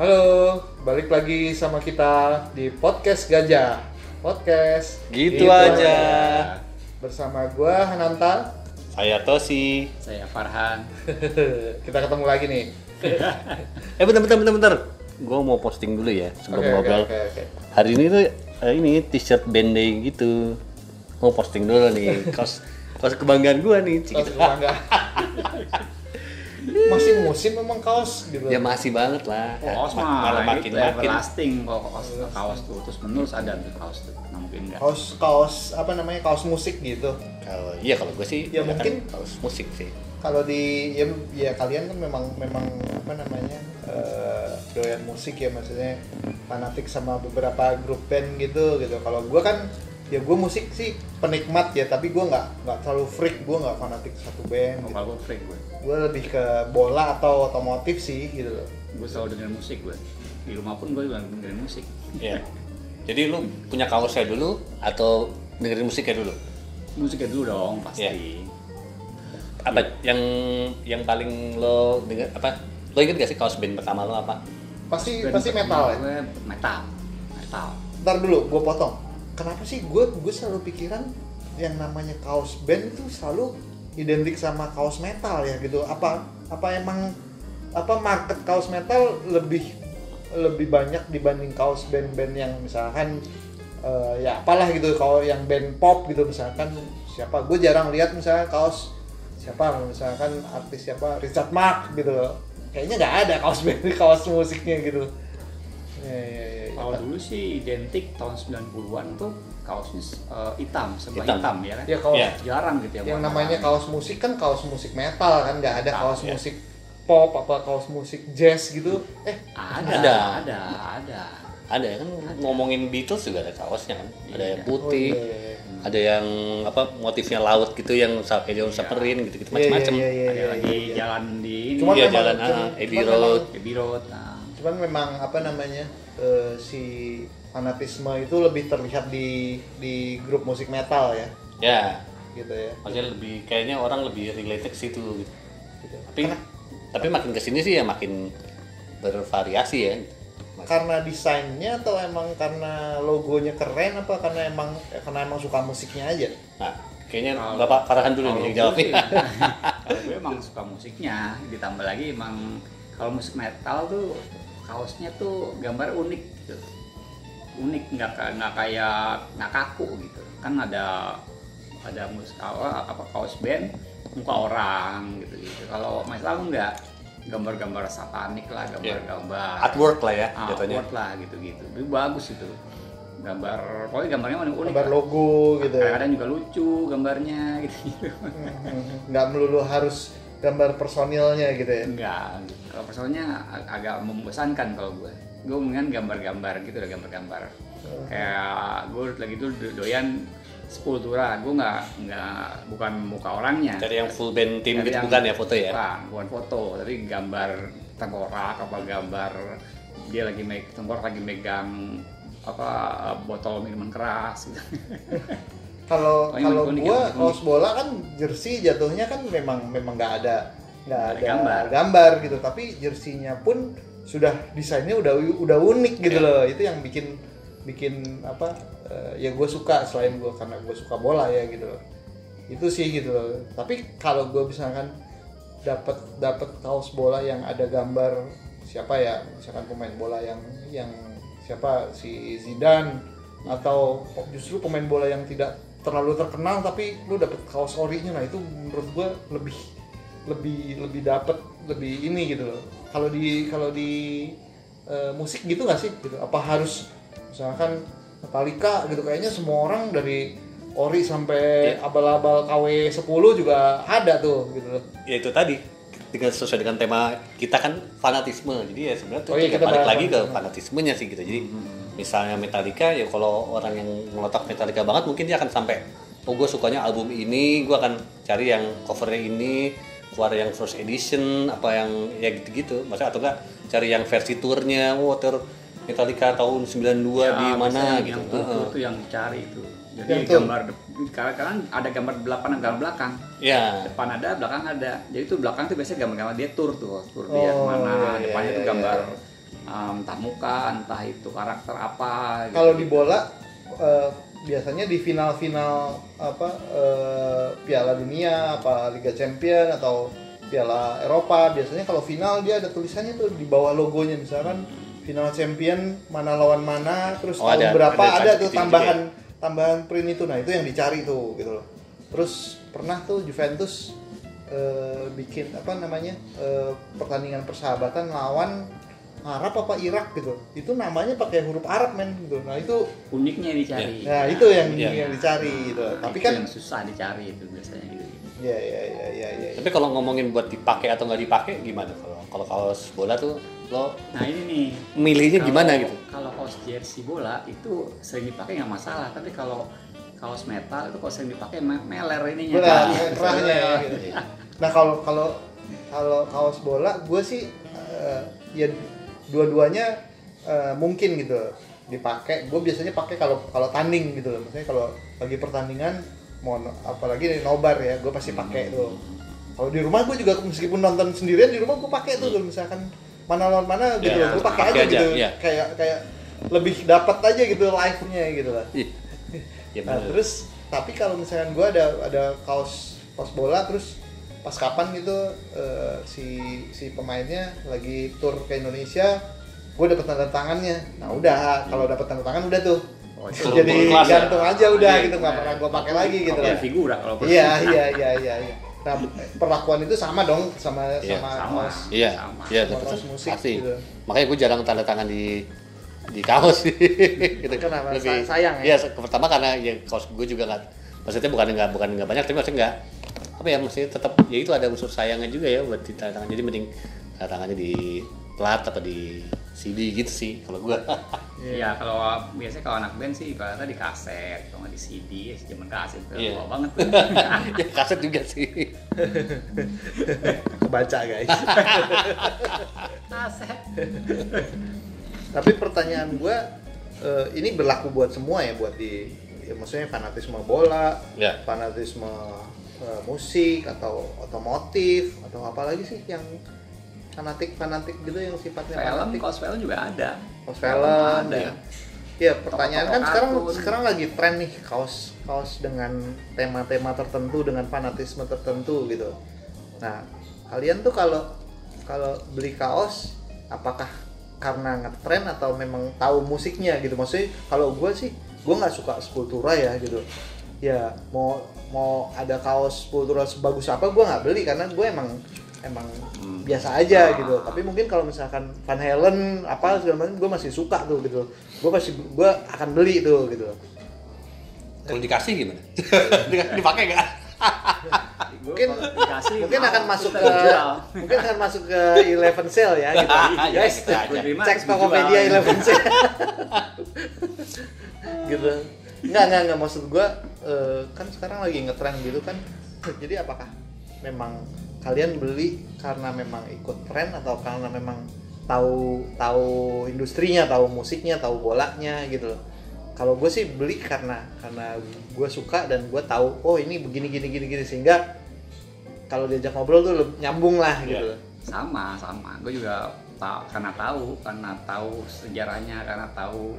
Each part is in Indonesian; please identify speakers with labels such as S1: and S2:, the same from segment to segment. S1: Halo, balik lagi sama kita di podcast Gajah. Podcast.
S2: Gitu aja.
S1: Bersama gua Hananta.
S2: Saya Tosi.
S3: Saya Farhan.
S1: kita ketemu lagi nih.
S2: Eh bentar bentar bentar bentar. Gue mau posting dulu ya sebelum ngobrol.
S1: oke, oke.
S2: Hari ini tuh eh, ini t-shirt Bandai gitu. Mau posting dulu nih. Kaos kaos kebanggaan gue nih.
S1: Kita
S2: Cik.
S1: suka bangga. Masih musim memang kaos gitu.
S2: Ya masih banget lah.
S1: Oh,
S3: Kaos
S2: Ma-
S3: mah
S2: malah makin
S3: makin makin
S2: makin.
S3: lasting kok kaos kaos tuh terus menerus ada tuh kaos tuh Nah, mungkin enggak.
S1: Kaos kaos apa namanya? Kaos musik gitu.
S2: Kalau iya kalau gue sih
S1: Ya,
S2: kebanyakan
S1: mungkin.
S2: kaos musik sih.
S1: Kalau di ya, ya kalian kan memang memang apa namanya? eh, doyan musik ya maksudnya fanatik sama beberapa grup band gitu gitu. Kalau gua kan ya gue musik sih penikmat ya tapi gua nggak nggak terlalu freak gue nggak fanatik satu band gitu.
S3: Kalau gue freak gue,
S1: gue lebih ke bola atau otomotif sih gitu loh
S3: gue selalu dengerin musik gue. Di rumah pun gue juga dengerin musik.
S2: Iya. Jadi lu punya kaosnya dulu atau dengerin musiknya dulu?
S3: Musiknya dulu dong pasti.
S2: Apa
S1: Iya.
S2: yang yang paling lo denger apa? Lo inget gak sih kaos band pertama lo apa?
S1: pasti
S3: Dan
S1: pasti metal ya
S3: gue metal, metal.
S1: ntar dulu gue potong kenapa sih gue gue selalu pikiran yang namanya kaos band tuh selalu identik sama kaos metal ya gitu apa apa emang apa market kaos metal lebih lebih banyak dibanding kaos band-band yang misalkan eh, ya apalah gitu kalau yang band pop gitu misalkan siapa gue jarang lihat misalnya kaos siapa misalkan artis siapa Richard Mark gitu loh kayaknya nggak ada kaos band kaos musiknya gitu ya, ya, ya, ya.
S3: Kalau dulu sih identik tahun 90-an tuh kaosnya eh, hitam, sembah
S2: Hitam.
S3: hitam. ya kan?
S1: ya kaos
S2: Iya.
S3: Jarang gitu ya.
S1: yang
S3: warna
S1: namanya
S3: warni.
S1: kaos musik kan kaos musik metal kan nggak ada
S3: Metal,
S1: kaos
S2: ya.
S1: musik pop apa kaos musik jazz gitu eh
S2: Ada.
S3: ada, ada, ada, ada.
S2: Ada ya kan ngomongin Beatles juga ada kaosnya kan. Ada yang
S3: Iya.
S2: putih,
S1: oh, iya, iya, iya.
S2: ada yang apa motifnya laut gitu yang sampai dia samperin gitu-gitu
S1: Iya,
S2: macam-macam.
S1: iya, iya,
S3: ada
S1: iya,
S3: lagi
S1: iya.
S3: jalan di
S1: Cuman
S2: Iya,
S1: memang-
S2: jalan,
S1: cuman-
S2: ah, Abbey
S1: cuman
S2: Road.
S1: memang-
S3: Abbey Road, nah.
S1: cuman memang apa namanya eh, si fanatisme itu lebih terlihat di di grup musik metal ya
S2: Ya,
S1: gitu ya
S2: maksudnya lebih kayaknya orang lebih related ke situ gitu.
S1: Gitu.
S2: Tapi tapi makin kesini sih ya makin bervariasi ya. Makin-
S1: karena desainnya atau emang karena logonya keren apa karena emang eh, karena emang suka musiknya aja
S2: Nah, kayaknya Bapak Farhan dulu
S1: ya,
S2: nih yang jawab nih.
S3: ya. Kalau gue emang suka musiknya, ditambah lagi emang kalau musik metal tuh kaosnya tuh gambar unik gitu. Unik nggak ka- nggak kayak nggak kaku gitu. Kan ada ada musik apa, apa kaos band muka orang gitu gitu. Kalau metal nggak gambar-gambar satanik lah,
S1: Iya.
S3: gambar-gambar
S2: Artwork lah ya
S3: Ah,
S2: jatuhnya.
S3: awkward lah gitu-gitu. Itu bagus itu. Gambar, pokoknya gambarnya unik unik.
S1: gambar logo gitu ya.
S3: Kadang-kadang juga lucu gambarnya gitu, gitu-gitu.
S1: Mhm. nggak melulu harus gambar personilnya gitu ya
S3: Enggak, kalau personalnya ag- agak membosankan kalau gue. Gue mendingan gambar-gambar gitu lah, gambar-gambar. Kayak gue lagi tuh do- doyan sepultura, gue nggak nggak bukan muka orangnya.
S2: Dari yang full band team
S3: Tapi
S2: gitu
S3: yang-
S2: bukan ya foto ya.
S3: Bukan, bukan foto, tapi gambar tengkorak apa gambar dia lagi meg tengkorak lagi megang apa botol minuman keras gitu.
S1: kalau
S3: Oh, yang
S1: kalau
S3: unik-unik,
S1: gua
S3: yang unik-unik.
S1: kaos bola kan jersey jatuhnya kan memang memang nggak ada nggak
S3: Nggak
S1: ada
S3: ada gambar.
S1: gambar gitu tapi jersinya pun sudah desainnya udah udah unik gitu loh itu yang bikin bikin apa eh, ya gue suka selain gue karena gue suka bola ya gitu loh itu sih gitu loh tapi kalau gue misalkan dapat dapat kaos bola yang ada gambar siapa ya misalkan pemain bola yang yang siapa si Zidane atau justru pemain bola yang tidak terlalu terkenal tapi lu dapat kaos orinya nah itu menurut gue lebih lebih lebih dapat lebih ini gitu loh kalau di kalau di eh, musik gitu nggak sih gitu apa harus misalkan Metallica gitu kayaknya semua orang dari ori sampai abal-abal KW 10 juga ada tuh gitu loh
S2: ya itu tadi dengan sesuai dengan tema kita kan fanatisme jadi ya sebenarnya tuh
S1: Oh iya,
S2: juga
S1: kita
S2: balik
S1: bahas Hmm,
S2: lagi ke fanatismenya sih gitu jadi misalnya Metallica ya kalau orang yang meletak Metallica banget mungkin dia akan sampai oh gue sukanya album ini gue akan cari yang covernya ini keluar yang first edition apa yang ya gitu-gitu masa atau enggak cari yang versi tournya oh tour Metallica tahun 92 di
S3: Ya,
S2: mana
S3: biasanya
S2: gitu
S3: Yang itu
S2: Heeh.
S3: tuh yang dicari itu. Jadi
S1: Yang tuh.
S3: gambar kadang-kadang ada gambar delapan gambar belakang.
S2: ya
S3: depan ada belakang ada jadi tuh belakang tuh biasanya gambar-gambar dia tour tuh tour dia
S1: Oh, iya,
S3: kemana
S1: iya,
S3: depannya
S1: iya,
S3: tuh gambar em, entah muka entah itu karakter apa gitu.
S1: Kalau di bola eh, biasanya di final-final apa eh, Piala Dunia, apa Liga Champion atau Piala Eropa biasanya kalau final dia ada tulisannya tuh di bawah logonya misalkan final champion mana lawan mana terus
S2: Oh,
S1: tahun
S2: ada-
S1: berapa
S2: ada
S1: ada, tuh
S2: gitu-gitu
S1: tambahan
S2: ya.
S1: tambahan print itu nah itu yang dicari tuh gitu loh terus pernah tuh Juventus eh, bikin apa namanya eh, pertandingan persahabatan lawan Arab apa Irak gitu itu namanya pakai huruf Arab men gitu nah itu
S3: uniknya dicari
S1: nah itu yang
S2: Iya.
S1: yang dicari gitu
S3: Nah,
S1: tapi
S3: itu
S1: kan
S3: yang susah dicari itu biasanya gitu
S1: ya ya ya ya ya
S2: Tapi kalau ngomongin buat dipakai atau nggak dipakai gimana? Kalau kalau kaos bola tuh lo
S3: nah ini nih
S2: milihnya
S3: Kalau-
S2: gimana gitu?
S3: Kalau kaos jersey bola itu sering dipakai nggak masalah, tapi kalau kaos metal itu kalau sering dipakai me- meler ininya.
S1: Benar,
S3: Nah,
S1: kerahnya ya, gitu. Nah kalau kalau kalau kaos bola, gue sih eh, ya dua-duanya eh, mungkin gitu dipakai. Gue biasanya pakai kalau kalau tanding gitu loh. Maksudnya kalau lagi pertandingan, mau no- apalagi nobar ya, gue pasti pakai tuh. Kalau di rumah gue juga meskipun nonton sendirian di rumah gue pakai tuh kalau misalkan mana lawan mana gitu
S2: Ya,
S1: loh, gue pakai
S2: pakai
S1: aja,
S2: aja,
S1: gitu.
S2: iya.
S1: Kayak kayak lebih dapat aja gitu live-nya gitu lah.
S2: Iya. Ya,
S1: Nah,
S2: bener.
S1: terus tapi kalau misalkan gue ada ada kaos kaos bola terus pas kapan gitu eh, si si pemainnya lagi tour ke Indonesia gue dapet tanda tangannya nah udah kalau dapet tanda tangan udah tuh
S3: Oh, itu
S1: Terus
S2: Kalau
S1: jadi
S2: kelas ya?
S1: gantung aja udah
S3: Iya,
S1: gitu nggak pernah gue pakai lagi gitu
S3: Kalau
S1: lah.
S3: yang figura kalau gue-
S1: iya iya iya iya iya nah perlakuan itu sama dong sama
S2: Iya,
S1: sama
S3: sama.
S1: kaos
S2: Iya,
S3: Sama.
S2: iya
S1: Sama
S2: betul.
S1: kaos musik
S2: Pasti.
S1: gitu.
S2: Makanya gue jarang tanda tangan di di kaos gitu.
S1: Kenapa? Sa- sayang ya?
S2: Iya, se- pertama karena ya kaos gue juga nggak maksudnya bukan nggak bukan nggak banyak tapi maksudnya nggak apa ya maksudnya tetap ya itu ada unsur sayangnya juga ya buat di tanda tangan jadi mending tanda tangannya di plat apa di CD gitu sih kalau gue
S3: Iya, kalau biasanya kalau anak band sih ibaratnya di kaset, kalau nggak di CD, ya zaman kaset itu
S2: Iya.
S3: tua banget. tuh.
S2: ya kaset juga sih
S1: kebaca guys
S3: kaset.
S1: Tapi pertanyaan gue ini berlaku buat semua ya, buat di ya maksudnya fanatisme bola,
S2: Ya.
S1: fanatisme eh, musik atau otomotif atau apa lagi sih yang fanatik fanatik gitu yang sifatnya
S3: Film,
S1: fanatik
S3: kaos film juga ada.
S1: kaos film
S3: ada.
S1: ya. Ya pertanyaan kan
S3: Tokoh-tokoh
S1: sekarang
S3: kartun.
S1: sekarang lagi tren nih kaos kaos dengan tema-tema tertentu dengan fanatisme tertentu gitu. Nah kalian tuh kalau kalau beli kaos apakah karena ngetren atau memang tahu musiknya gitu maksudnya kalau gue sih gue nggak suka Sepultura ya gitu ya mau mau ada kaos Sepultura sebagus apa gue nggak beli karena gue emang emang biasa aja gitu tapi mungkin kalau misalkan Van Halen apa segala macam gue masih suka tuh gitu gue pasti gue akan beli tuh gitu
S2: kalau dikasih gimana dipakai nggak
S1: Mungkin- mungkin akan masuk ke
S3: Jual.
S1: mungkin akan masuk ke Eleven Sale ya gitu
S2: Ya,
S1: guys
S2: kita aja.
S3: Terima,
S1: Iya. cek
S3: terus
S1: Tokopedia
S3: dijual.
S1: Eleven Sale gitu nggak nggak nggak maksud gue eh, kan sekarang lagi ngetren gitu kan jadi apakah memang kalian beli karena memang ikut tren atau karena memang tahu tahu industrinya tahu musiknya tahu bolanya gitu loh kalau gue sih beli karena karena gue suka dan gue tahu oh ini begini gini gini gini sehingga kalau diajak ngobrol tuh leb- nyambung lah
S3: Iya.
S1: gitu loh.
S3: sama sama gue juga ta- karena tahu karena tahu sejarahnya karena tahu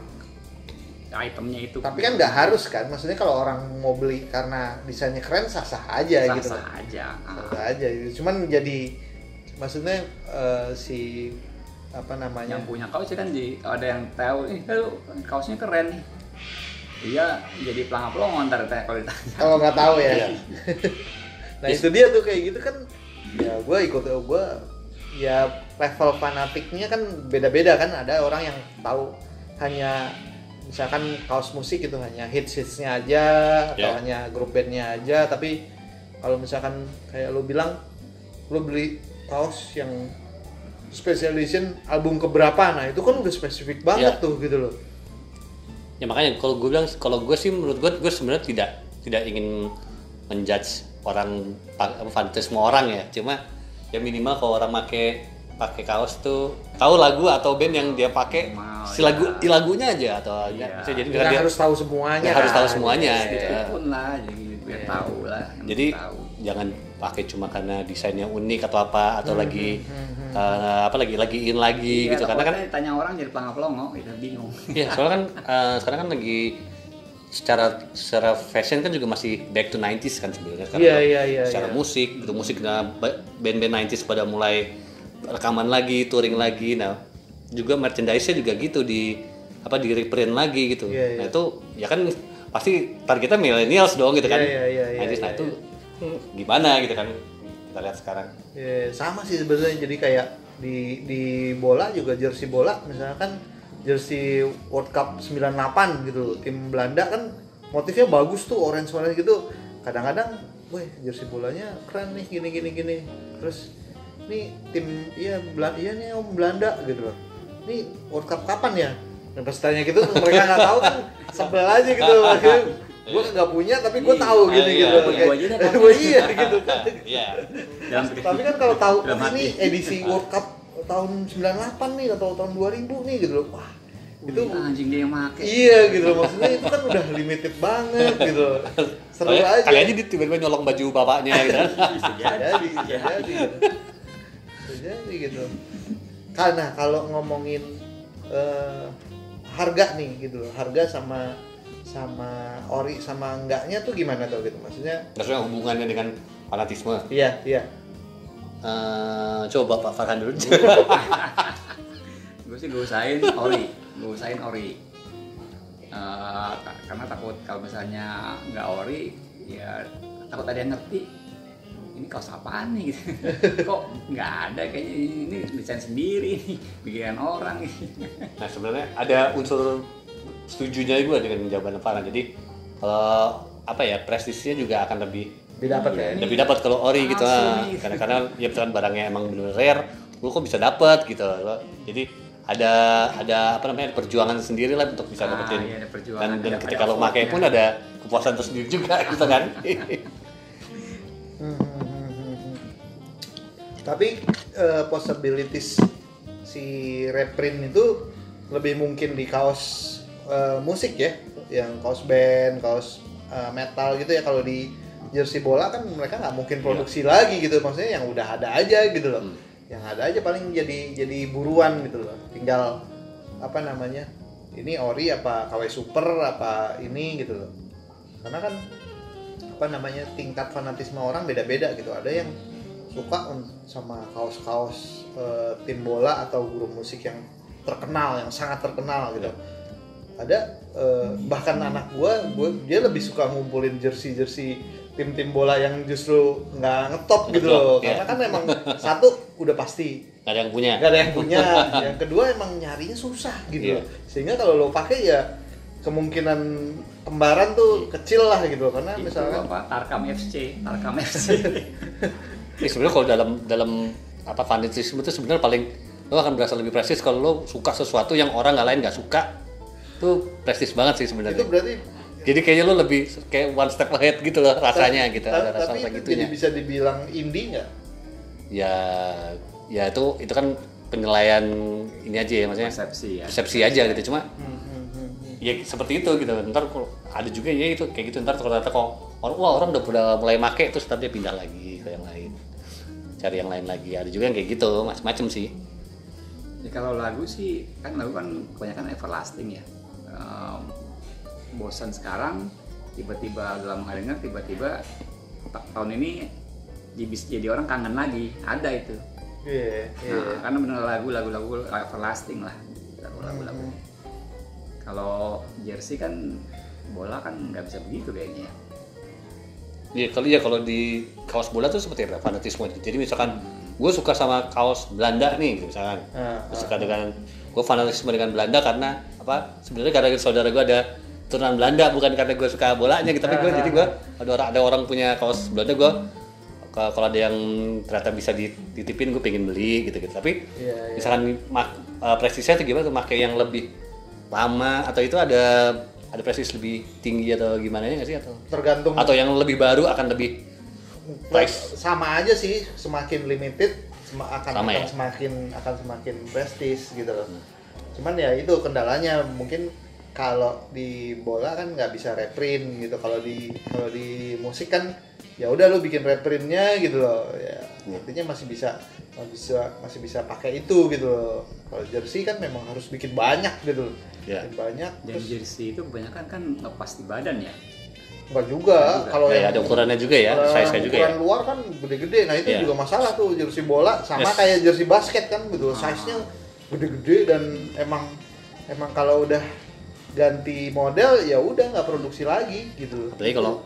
S3: itemnya itu
S1: tapi kan nggak harus kan maksudnya kalau orang mau beli karena desainnya keren sah sah aja
S3: sah
S1: gitu
S3: sah
S1: loh.
S3: aja Ah,
S1: sah aja gitu. cuman jadi maksudnya eh, si apa namanya
S3: yang punya kaos sih kan di kalau ada yang tahu ih lu kaosnya keren nih dia jadi pelangap pelongo ntar ditanya- kalau ditanya
S1: kalau nggak tahu ya
S2: Iya.
S1: nah itu dia tuh kayak gitu kan ya gue ikut gue ya level fanatiknya kan beda-beda kan ada orang yang tahu hanya misalkan kaos musik gitu hanya hits hitsnya aja atau
S2: Ya.
S1: hanya grup bandnya aja tapi kalau misalkan kayak lu bilang lu beli kaos yang special edition album keberapa nah itu kan udah spesifik banget
S2: Ya.
S1: tuh gitu loh
S2: ya makanya kalau gue bilang kalau gue sih menurut gue gue sebenarnya tidak tidak ingin menjudge orang pa- apa, fanatisme orang ya cuma ya minimal kalau orang make pakai kaos tuh tahu lagu atau band yang dia pakai
S3: Minimal,
S2: si lagu
S3: ya.
S2: di lagunya aja atau ya,
S3: Iya.
S2: jadi
S1: nggak
S2: biar dia
S1: iya. harus tahu semuanya
S2: nggak harus
S1: kan.
S2: tahu semuanya gitu.
S3: sedikit pun lah jadi biar tahu lah yang
S2: Iya. jadi
S3: tahu
S2: jangan pakai cuma karena desainnya unik atau apa atau lagi
S1: hmm, Iya, hmm.
S2: eh, apa lagi lagiin lagi gitu karena kan
S3: Iya, tanya orang jadi pelangga pelongo gitu bingung
S2: Iya, soalnya kan eh, sekarang kan lagi secara secara fashion kan juga masih back to 90s kan sebenarnya sekarang.
S1: Iya, iya, iya,
S2: Secara
S1: iya.
S2: musik, gitu musik nah, ba- band-band 90s pada mulai rekaman lagi, touring lagi. Nah, juga merchandise-nya juga gitu di apa di reprint lagi gitu.
S1: Iya, iya.
S2: Nah, itu ya kan pasti targetnya millennials dong gitu kan.
S1: Iya, iya, iya,
S2: 90s. nah,
S1: iya,
S2: itu hmm, gimana gitu kan. Kita lihat sekarang.
S1: Ya, sama sih sebenarnya jadi kayak di di bola juga jersey bola misalkan jersey World Cup 98 gitu loh. tim Belanda kan motifnya bagus tuh orange orange gitu kadang-kadang weh jersey bolanya keren nih gini gini gini terus ini tim iya Belanda iya nih om Belanda gitu loh ini World Cup kapan ya dan pas tanya gitu mereka nggak tahu kan sebel aja gitu akhirnya gue nggak punya tapi gue tahu
S2: Iya,
S1: gini
S2: iya.
S1: gitu
S3: Punya gua aja deh, tapi.
S1: Gua iya gitu kan
S2: Iya.
S3: dalam
S1: tapi kan kalau tahu
S3: Dalam
S1: ini
S3: hati.
S1: edisi
S2: Ah.
S1: World Cup tahun 98 nih atau tahun 2000 nih gitu loh wah itu
S3: itu
S2: Ah,
S3: anjing dia yang make
S1: iya gitu loh maksudnya itu kan udah limited banget gitu loh seru
S2: Soalnya
S1: aja
S2: Oh ya, Kali aja dia tiba-tiba nyolong baju bapaknya gitu kan.
S3: bisa
S1: bisa
S3: jadi
S1: jadi bisa jadi gitu. Bisa jadi gitu karena kalau ngomongin eh, harga nih gitu loh harga sama sama ori sama enggaknya tuh gimana tuh gitu maksudnya
S2: Maksudnya hubungannya dengan fanatisme.
S1: iya iya
S2: Eh, coba Pak Farhan dulu.
S3: gue sih gue usahain ori gue usahain ori Eh, ta- karena takut kalau misalnya nggak ori ya takut ada yang ngerti ini kaos apaan nih gitu. kok nggak ada kayaknya ini, ini desain sendiri nih bikinan orang Gitu,
S2: nah sebenarnya ada unsur setujunya gue dengan jawaban Farhan. Jadi kalau apa ya prestisnya juga akan lebih
S1: beda dapat ya
S2: lebih dapat kalau ori gitu
S3: Palsu
S2: ah.
S3: nih.
S2: karena karena ya misalkan barangnya emang bener rare lu kok bisa dapat gitu loh jadi ada ada apa namanya ada perjuangan sendiri lah untuk bisa
S3: Ah,
S2: dapetin
S3: iya, ada perjuangan,
S2: dan, dan
S3: ada-
S2: ketika
S3: ada
S2: lo pakai pun
S3: effortnya.
S2: ada kepuasan tersendiri juga gitu kan
S1: Hmm, hmm, hmm, hmm, hmm. Tapi eh, possibilities si reprint itu lebih mungkin di kaos eh, musik ya, yang kaos band, kaos eh, metal gitu ya. Kalau di jersey bola kan mereka nggak mungkin produksi lagi gitu, maksudnya yang udah ada aja gitu loh.
S2: Hmm.
S1: Yang ada aja paling jadi jadi buruan gitu loh. Tinggal apa namanya? Ini ori apa KW super apa ini gitu loh. Karena kan apa namanya tingkat fanatisme orang beda-beda gitu ada yang suka un- sama kaos-kaos eh, tim bola atau guru musik yang terkenal yang sangat terkenal gitu ada eh, bahkan anak gua, gua dia lebih suka ngumpulin jersey jersey tim-tim bola yang justru nggak ngetop gitu
S2: Ngetop,
S1: loh
S2: ya.
S1: karena kan emang satu udah pasti
S2: nggak ada yang punya
S1: nggak ada yang punya yang kedua emang nyarinya susah gitu
S2: Iya.
S1: sehingga kalau lo pakai ya kemungkinan kembaran tuh kecil lah gitu karena
S3: itu
S1: misalkan
S3: apa Tarkam FC Tarkam FC
S2: Ya, sebenarnya kalau dalam dalam apa fanatisme itu sebenarnya paling lo akan berasa lebih prestis kalau lo suka sesuatu yang orang nggak lain nggak suka itu prestis banget sih
S1: itu
S2: sebenarnya.
S1: berarti
S2: Jadi kayaknya lo lebih kayak one step ahead gitu loh
S1: ta-
S2: rasanya gitu
S1: ta-
S2: ada rasa
S1: tapi
S2: rasa
S1: itu
S2: gitunya.
S1: jadi bisa dibilang indie nggak
S2: Ya ya itu itu kan penilaian ini aja ya maksudnya
S3: persepsi ya
S2: persepsi aja gitu cuma
S1: Hmm,
S2: ya seperti itu gitu ntar kalau- ada juga ya itu kayak gitu ntar ternyata kok orang wah orang udah, udah mulai make terus nanti pindah lagi ke yang lain cari yang lain lagi ada juga yang kayak gitu macam-macam sih
S3: Ya, kalau lagu sih kan lagu kan kebanyakan everlasting ya. Ehm, bosan sekarang tiba-tiba dalam harinya tiba-tiba ta- tahun ini dibis- jadi orang kangen lagi ada itu.
S1: iya iya
S3: Nah, karena bener lagu lagu lagu everlasting lah lagu lagu lagu.
S1: Iya,
S3: Kalau jersey kan bola kan nggak bisa begitu kayaknya. ya.
S2: Iya kalau ya kalau di kaos bola tuh seperti apa fanatisme itu. Jadi misalkan gue suka sama kaos Belanda nih gitu misalkan.
S1: Ah,
S2: Gua suka dengan gue fanatisme dengan Belanda karena apa? Sebenarnya karena saudara gue ada turunan Belanda bukan karena gue suka bolanya gitu tapi gue jadi gue ada orang ada orang punya kaos Belanda gue kalau ada yang ternyata bisa dititipin gue pengen beli gitu gitu tapi
S1: Iya, iya.
S2: misalkan mak, eh, prestisnya itu gimana tuh pakai yang lebih lama atau itu ada ada prestis lebih tinggi atau gimana ya nggak sih atau
S1: tergantung
S2: atau yang lebih baru akan lebih price
S1: sama aja sih semakin limited sem- akan
S2: Sama
S1: akan
S2: ya? Hmm.
S1: semakin akan semakin prestis gitu loh cuman ya itu kendalanya mungkin kalau di bola kan nggak bisa reprint gitu kalau di kalau
S2: Iya.
S1: di musik kan ya udah lu bikin reprintnya gitu loh ya artinya masih bisa masih bisa masih bisa pakai itu gitu loh kalau jersey kan memang harus bikin banyak gitu loh
S2: Iya.
S1: Bikin banyak
S3: Dan
S1: terus
S3: jersey itu kebanyakan kan lepas di badan ya.
S1: enggak juga
S3: juga.
S1: kalau
S2: Ya,
S1: yang
S2: ada ukurannya juga ya,
S1: kalau
S2: size-nya
S1: yang
S2: juga
S1: Oh, iya.
S2: ya.
S1: Eh, ukuran luar kan gede-gede nah itu
S2: Iya.
S1: juga masalah tuh jersey bola sama
S2: Yes.
S1: kayak jersey basket kan betul
S3: Ah.
S1: size-nya gede-gede dan emang emang kalau udah ganti model ya udah nggak produksi lagi gitu
S2: Apalagi kalau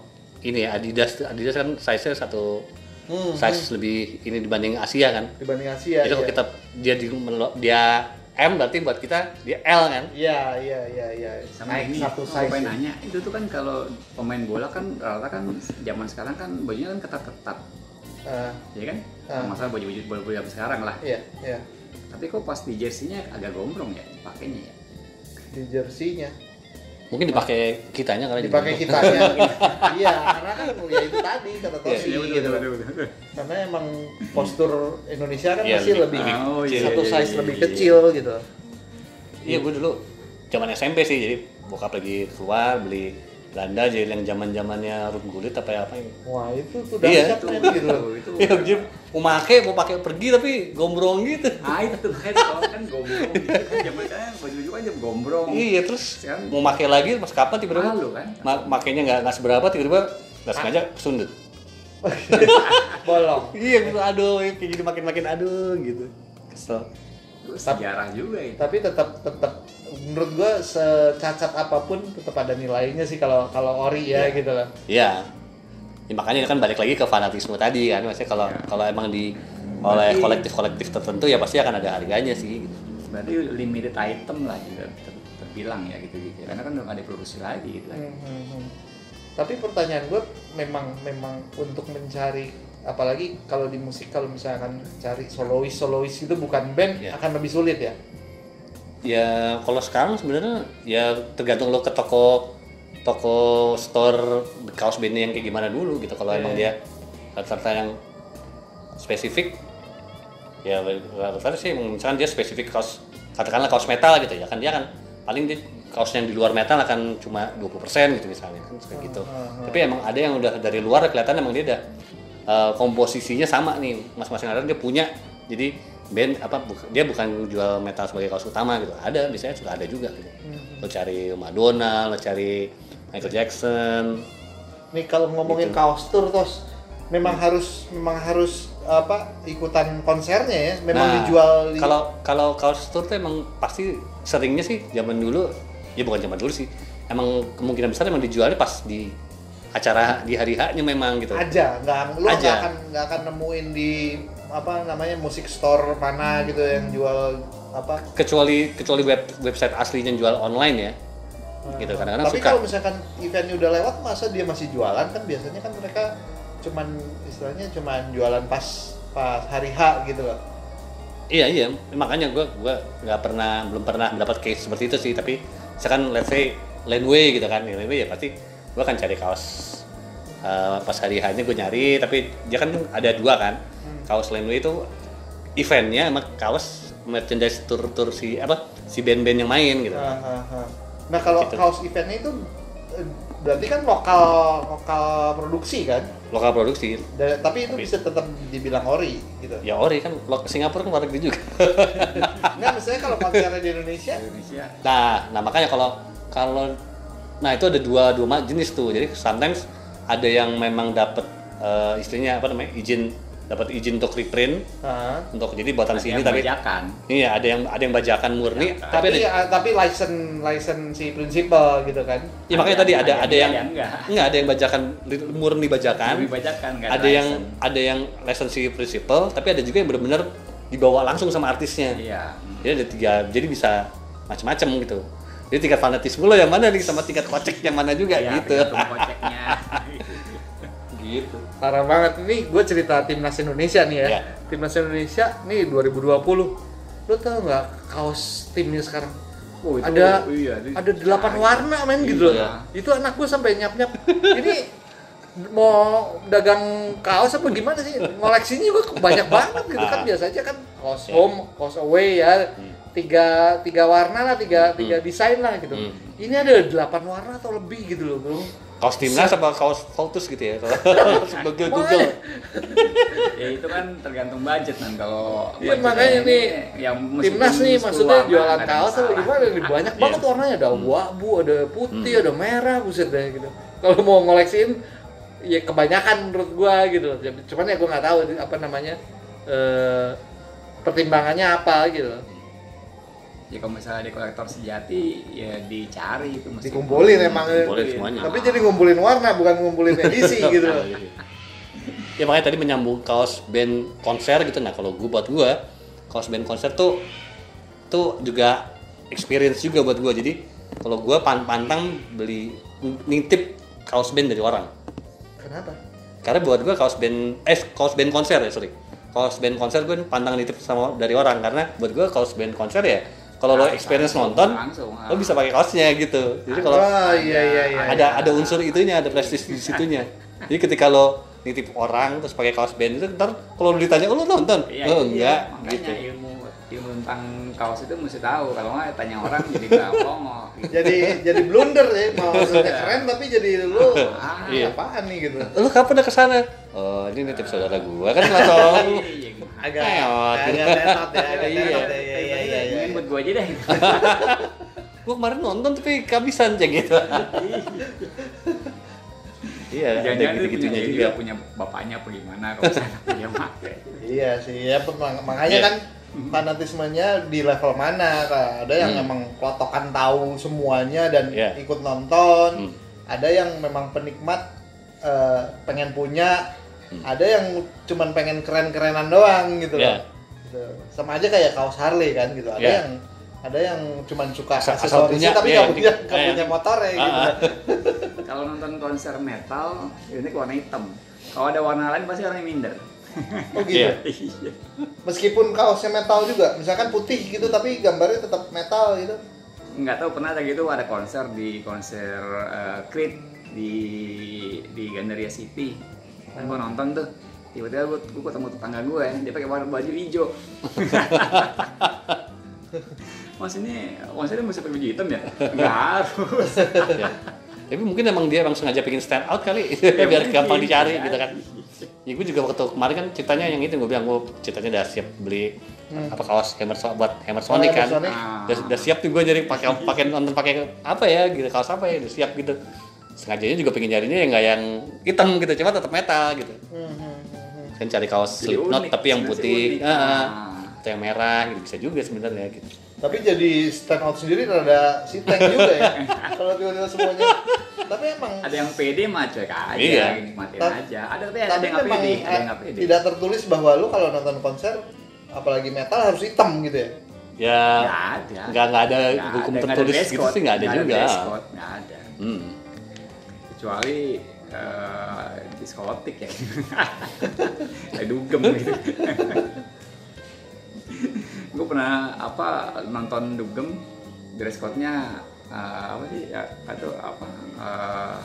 S2: ini ya Adidas Adidas kan size-nya satu
S1: Hmm,
S2: size lebih ini dibanding Asia kan.
S1: dibanding Asia
S2: Jadi kalau
S1: iya.
S2: kita dia di dia M berarti buat kita dia L kan.
S1: Iya, iya, iya, iya.
S3: Sama
S1: Naik
S3: ini,
S1: satu
S3: aku
S1: size.
S3: pengen nanya, itu tuh kan kalau pemain bola kan rata kan zaman sekarang kan bajunya kan ketat-ketat,
S1: Eh,
S3: ya kan?
S1: Ah.
S3: Masalah baju-baju bola-bola zaman sekarang lah.
S1: Iya, iya.
S3: Tapi kok pas di jersey-nya agak gombrong ya pakainya ya.
S1: Di jersinya.
S2: Mungkin dipakai kitanya kali
S1: Dipakai
S2: juga.
S1: kitanya. iya, karena kan ya itu tadi kata Tosi.
S3: Iya,
S1: gitu. Karena emang postur Indonesia kan
S2: Iya,
S1: masih
S2: lebih-
S1: lebih,
S3: Oh, iya,
S1: satu
S3: iya,
S1: size
S3: iya,
S1: lebih
S3: iya, iya.
S1: kecil gitu.
S2: Iya gue dulu zaman SMP sih jadi bokap lagi keluar beli Belanda jadi yang zaman zamannya Ruth Gullit apa ya apa yang
S1: Wah, itu tuh dahsyat
S2: Iya.
S3: Itu,
S1: men,
S3: itu,
S1: gitu.
S3: itu.
S2: Iya, dia mau pakai mau pakai pergi tapi gombrong gitu.
S3: Ah itu makanya kalau kan gombrong gitu kan zaman sekarang baju-baju kan jam gombrong.
S2: Iya terus
S3: Sekarang-
S2: mau pakai lagi pas kapan tiba-tiba
S3: Malu kan?
S2: ma- makainya nggak nggak seberapa tiba-tiba nggak sengaja kesundut.
S1: Bolong.
S2: Iya gitu aduh ya, kayak gini makin-makin aduh gitu. Kesel.
S3: Terus sejarah juga itu.
S1: Tapi tetap tetap menurut gua secacat apapun tetap ada nilainya sih kalau kalau ori ya gitu lah.
S2: Iya. Ya, makanya kan balik lagi ke fanatisme tadi kan maksudnya kalau
S3: Iya.
S2: kalau emang di oleh
S3: Berarti-
S2: kolektif-kolektif tertentu ya pasti akan ada harganya sih gitu.
S3: Berarti limited item lah juga ter- terbilang ya gitu gitu. Karena kan udah nggak diproduksi lagi gitu. kan.
S1: Hmm, hmm. Tapi pertanyaan gue memang memang untuk mencari apalagi kalau di musik kalau misalkan cari solois solois itu bukan band
S2: Iya.
S1: akan lebih sulit ya.
S2: Ya kalau sekarang sebenarnya ya tergantung lo ke toko toko store kaos bandnya yang kayak gimana dulu gitu. Kalau
S1: Iya,
S2: emang
S1: iya.
S2: dia rata-rata yang spesifik ya rata-rata sih misalkan dia spesifik kaos katakanlah kaos metal gitu ya kan dia kan paling dia kaos yang di luar metal akan cuma 20% gitu misalnya kan kayak gitu. Tapi emang ada yang udah dari luar kelihatan emang dia udah uh, komposisinya sama nih masing-masing artis dia punya. Jadi band apa buk- dia bukan jual metal sebagai kaos utama gitu. Ada biasanya suka ada juga gitu. Lo cari Madonna, lo cari Michael Jackson.
S1: Nih kalau ngomongin
S2: Gitu.
S1: kaos tour tos memang
S2: Hmm.
S1: harus memang harus apa ikutan konsernya ya. Memang dijual di
S2: Nah, kalau kalau kaos tour tuh emang pasti seringnya sih zaman dulu ya bukan zaman dulu sih. Emang kemungkinan besar emang dijualnya pas di acara di hari H-nya memang gitu.
S1: aja nggak lu nggak
S2: Aja.
S1: akan nggak akan nemuin di apa namanya musik store mana
S2: Hmm.
S1: gitu yang jual apa
S2: kecuali kecuali web website aslinya yang jual online ya gitu kadang-kadang
S1: Nah, Tapi
S2: suka
S1: kalau misalkan eventnya udah lewat, masa dia masih jualan kan biasanya kan mereka cuman istilahnya cuman jualan pas pas hari H gitu loh.
S2: iya iya makanya gua gua nggak pernah belum pernah mendapat case seperti itu sih tapi misalkan let's say Laneway gitu kan Ya, Laneway ya pasti gua akan cari kaos Eh, pas hari hanya gue nyari tapi dia kan ada dua kan kaos Laneway itu eventnya sama kaos merchandise tour tour si apa si band-band yang main gitu
S1: Ah, ah, ah. Nah kalau
S2: Gitu.
S1: kaos eventnya itu eh, berarti kan lokal lokal produksi kan,
S2: lokal produksi
S1: Dan- tapi itu
S2: Tapi-
S1: bisa tetap dibilang ori gitu.
S2: ya ori kan lo- Singapura kan luar negeri juga
S1: Nah misalnya kalau konsernya di Indonesia,
S3: Indonesia
S2: Nah, nah makanya kalau kalau nah itu ada dua dua ma- jenis tuh. Jadi sometimes ada yang memang dapat eh, istilahnya apa namanya izin dapat izin untuk reprint
S1: ah,
S2: untuk jadi buatan
S3: ada
S2: sini
S3: yang
S2: tapi
S3: bajakan. Iya.
S2: iya ada yang ada yang bajakan murni tapi
S1: tapi
S2: ada,
S1: ah, tapi license license si prinsipal gitu kan.
S2: ya, makanya tadi ada ada yang
S3: enggak.
S2: enggak ada yang bajakan li- murni bajakan
S3: Lebih bajakan nggak
S2: ada yang
S3: license.
S2: ada yang lisensi prinsipal tapi ada juga yang benar-benar dibawa langsung sama artisnya
S3: Iya.
S2: jadi ada tiga jadi bisa macam-macam gitu jadi tingkat fanatisme lo yang mana nih sama tingkat kocek yang mana juga
S3: Iya,
S2: gitu
S3: tergantung koceknya.
S2: gitu
S1: Parah banget ini gue cerita timnas Indonesia nih ya.
S2: Iya.
S1: Timnas Indonesia nih 2020. Lu tau nggak kaos timnya sekarang?
S3: Oh, itu-
S1: ada
S3: iya, itu-
S1: ada delapan
S3: iya.
S1: warna men gitu loh.
S3: Iya.
S1: Itu anak gue sampai nyap nyap. ini mau dagang kaos apa gimana sih? Koleksinya juga banyak banget gitu kan
S2: Ah.
S1: biasanya kan kaos
S2: Iya. Hmm.
S1: home, kaos away ya. Tiga, tiga warna lah, tiga, tiga desain lah gitu.
S2: Hmm.
S1: Ini ada delapan warna atau lebih gitu loh bro.
S2: Kaos timnas apa kaos Voltus gitu ya? Google Google.
S3: ya itu kan tergantung budget kan kalau
S1: Iya,
S3: budgetnya
S1: makanya
S3: ini
S1: nih,
S3: yang meskipun
S1: Timnas nih
S3: 10
S1: maksudnya
S3: lama,
S1: jualan
S3: nggak ada
S1: kaos atau
S3: masalah. Iya.
S1: gimana gitu. banyak banget warnanya ada abu-abu, ada putih, ada merah, buset deh gitu. Kalau mau ngoleksiin ya kebanyakan menurut gua gitu. Cuman ya gua nggak tahu apa namanya eh, pertimbangannya apa gitu.
S3: ya kalau misalnya di kolektor sejati ya dicari itu meskipun
S1: Dikumpulin emang. Iya.
S2: Boleh semuanya.
S1: Tapi jadi ngumpulin warna bukan ngumpulin edisi gitu.
S2: ya makanya tadi menyambung kaos band konser gitu nah kalau gue buat gue kaos band konser tuh tuh juga experience juga buat gue jadi kalau gue pan pantang beli nitip kaos band dari orang
S1: Kenapa?
S2: karena buat gue kaos band eh kaos band konser ya sorry kaos band konser gue pantang nitip sama dari orang karena buat gue kaos band konser ya kalau lo
S3: Langsung,
S2: experience nonton
S1: oh,
S3: langsung, ah.
S2: lo bisa pakai kaosnya gitu jadi kalau
S1: Wah, iya iya iya.
S2: ada ada unsur itunya ada prestis di situnya jadi ketika lo nitip orang terus pakai kaos band itu ntar kalau lo ditanya oh, lo nonton
S3: Iya,
S2: oh
S3: iya.
S2: enggak
S3: makanya
S2: gitu
S3: ilmu ilmu tentang kaos itu mesti tahu kalau nggak tanya orang jadi nggak pongok gitu.
S1: Jadi jadi blunder ya, mau maksudnya keren tapi jadi lu ah,
S2: Iya.
S1: apaan nih gitu.
S2: lo kapan udah kesana oh ini nitip saudara gua kan langsung
S3: Iya, gitu.
S1: agak
S2: Peot.
S1: agak tetot ya, agak
S2: Iya.
S1: tetot ya, iya, iya, iya,
S3: Mending
S1: iya.
S3: buat gua aja deh
S2: gua kemarin nonton tapi kehabisan aja gitu iya ada
S3: jangan-jangan
S2: gitu
S3: dia punya
S2: gitunya
S3: dia
S2: juga
S3: punya bapaknya apa gimana kalau misalnya punya mak ya.
S1: Iya sih, ya pem- makanya
S2: Iya.
S1: kan fanatismenya di level mana Kak? ada yang
S2: Hmm.
S1: memang kelotokan tahu semuanya dan
S2: Iya.
S1: ikut nonton
S2: Hmm.
S1: ada yang memang penikmat eh, pengen punya ada yang cuman pengen keren-kerenan doang gitu
S2: Hmm. Iya.
S1: loh Gitu. sama aja kayak kaos Harley kan gitu ada
S2: Iya.
S1: yang ada yang cuman suka
S2: Asal- asal
S1: aksesorisnya
S2: punya,
S1: tapi
S2: iya.
S1: nggak punya nggak
S2: Iya.
S1: punya motor ya gitu
S2: Ah, ah.
S3: kalau nonton konser metal ini warna hitam kalau ada warna lain pasti orang minder
S1: oh gitu
S2: Iya.
S3: Iya.
S1: meskipun kaosnya metal juga misalkan putih gitu tapi gambarnya tetap metal gitu
S3: nggak tahu pernah ada gitu ada konser di konser eh, Creed di di Gandaria City kan gua nonton tuh tiba-tiba gua, gua ketemu tetangga gue dia pakai warna baju hijau Mas ini, mas ini mesti pakai baju hitam ya? Nggak harus.
S2: Ya. Tapi mungkin emang dia emang sengaja bikin stand out kali
S3: Iya,
S2: biar gampang dicari gitu kan. Ya gue juga waktu kemarin kan ceritanya yang itu gue bilang gue ceritanya udah siap beli
S3: Hmm.
S2: apa kaos hammer So- buat hammer
S3: Oh,
S2: Sonic kan.
S1: Hammer Sonic.
S2: Udah, udah siap tuh gue nyari pakai pakai nonton pakai apa ya gitu kaos apa ya udah siap gitu. Sengajanya juga pengen nyarinya yang nggak yang hitam gitu cuma tetap metal gitu.
S1: Hmm, hmm, hmm, hmm.
S2: Kan cari kaos
S3: Jadi
S2: Slipknot
S3: unik,
S2: tapi yang
S3: sebenarnya sih
S2: putih,
S3: unik.
S2: ah, ah.
S3: Ah.
S2: atau yang merah gitu bisa juga sebenarnya gitu.
S1: Tapi jadi stand out sendiri rada si tank juga ya. Kalau tiba-tiba semuanya. Tapi emang
S3: Ada yang pede mah cuek aja,
S2: Iya.
S3: nikmatin
S1: Ta-
S3: aja. Ada tapi ada
S1: tapi
S3: yang nggak
S1: memang
S3: pede, ada
S1: eh,
S3: yang nggak pede.
S1: tidak tertulis bahwa lu kalau nonton konser apalagi metal harus hitam gitu ya.
S2: Ya
S3: Nggak ada.
S2: nggak nggak ada
S3: Nggak
S2: hukum
S3: ada, nggak ada
S2: tertulis
S3: dress
S2: gitu
S3: code,
S2: sih nggak ada juga.
S3: dress code, nggak ada.
S2: Hmm.
S3: Kecuali eh, diskotik ya. Kayak dugem gitu. gue pernah apa nonton dugem dress code-nya eh, apa sih ya, atau apa eh,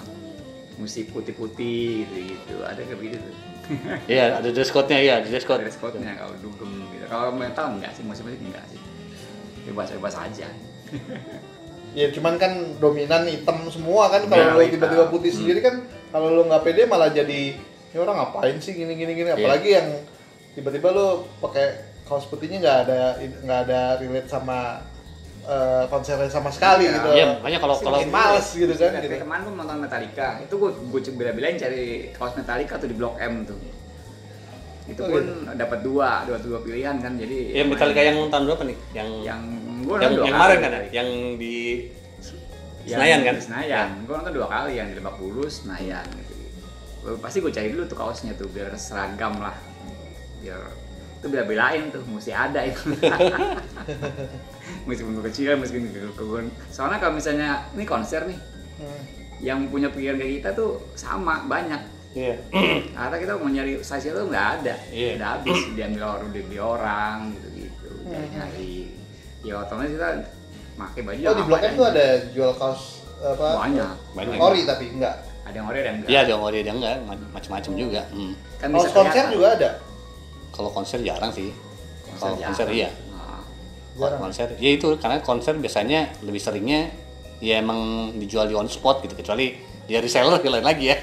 S3: musik putih-putih gitu, gitu ada kayak begitu tuh
S2: Iya, ada dress code-nya ya, ada dress code.
S3: dress code-nya kalau dugem gitu kalau metal enggak sih musik-musik enggak sih bebas-bebas aja
S1: Ya cuman kan dominan hitam semua kan kalau
S3: Ya,
S1: lu
S3: hitam.
S1: tiba-tiba putih sendiri kan kalau lu nggak pede malah jadi ini orang ngapain sih gini gini
S3: Iya.
S1: gini apalagi yang tiba-tiba lu pakai kaos putihnya nggak ada nggak ada relate sama eh, konsernya sama sekali
S3: Iya.
S1: gitu.
S2: Iya, makanya kalau
S1: Makin
S2: kalau
S1: males gitu kan
S3: Kayak
S1: gitu.
S3: kemarin gue nonton Metallica, itu gue gue bela-belain cari kaos Metallica tuh di Blok M tuh. Itu
S1: Oh,
S3: pun dapat dua, dua dua pilihan kan jadi.
S2: yang Iya, Metallica yang tahun berapa nih? Yang yang
S3: yang gue
S2: yang,
S3: nonton dua
S2: kemarin
S3: kali.
S2: kan? ya? Yang di Senayan kan?
S3: di Iya, Senayan, gue nonton dua kali yang di Lebak Bulus, Senayan. Gitu. Gua- pasti gue cari dulu tuh kaosnya tuh biar seragam lah, biar itu bela-belain tuh mesti ada itu. meskipun gue kecil, meskipun gue soalnya kalau misalnya ini konser nih,
S1: Hmm.
S3: yang punya pikiran kayak kita tuh sama banyak
S2: Iya.
S3: karena kita mau nyari size itu nggak ada
S2: Iya.
S3: udah habis diambil orang dibeli orang gitu gitu nyari nyari ya otomatis kita pakai baju
S1: Oh
S3: yang
S1: di Blok M
S3: apa adanya.
S1: tuh ada jual kaos apa?
S3: banyak
S2: Banyak.
S1: Ori tapi enggak.
S3: ada yang ori ada yang enggak
S2: Iya, ada yang ori ada yang enggak, macam-macam juga. Hmm.
S3: kan
S1: Kaos konser
S3: kelihatan.
S1: juga ada.
S2: Kalau konser jarang sih.
S3: Konser
S2: Kalau
S3: jarang.
S2: konser iya.
S3: Nah,
S2: Kalau
S1: Jarang.
S2: konser, ya itu karena konser biasanya lebih seringnya ya emang dijual di on spot gitu kecuali dia reseller ke lain lagi ya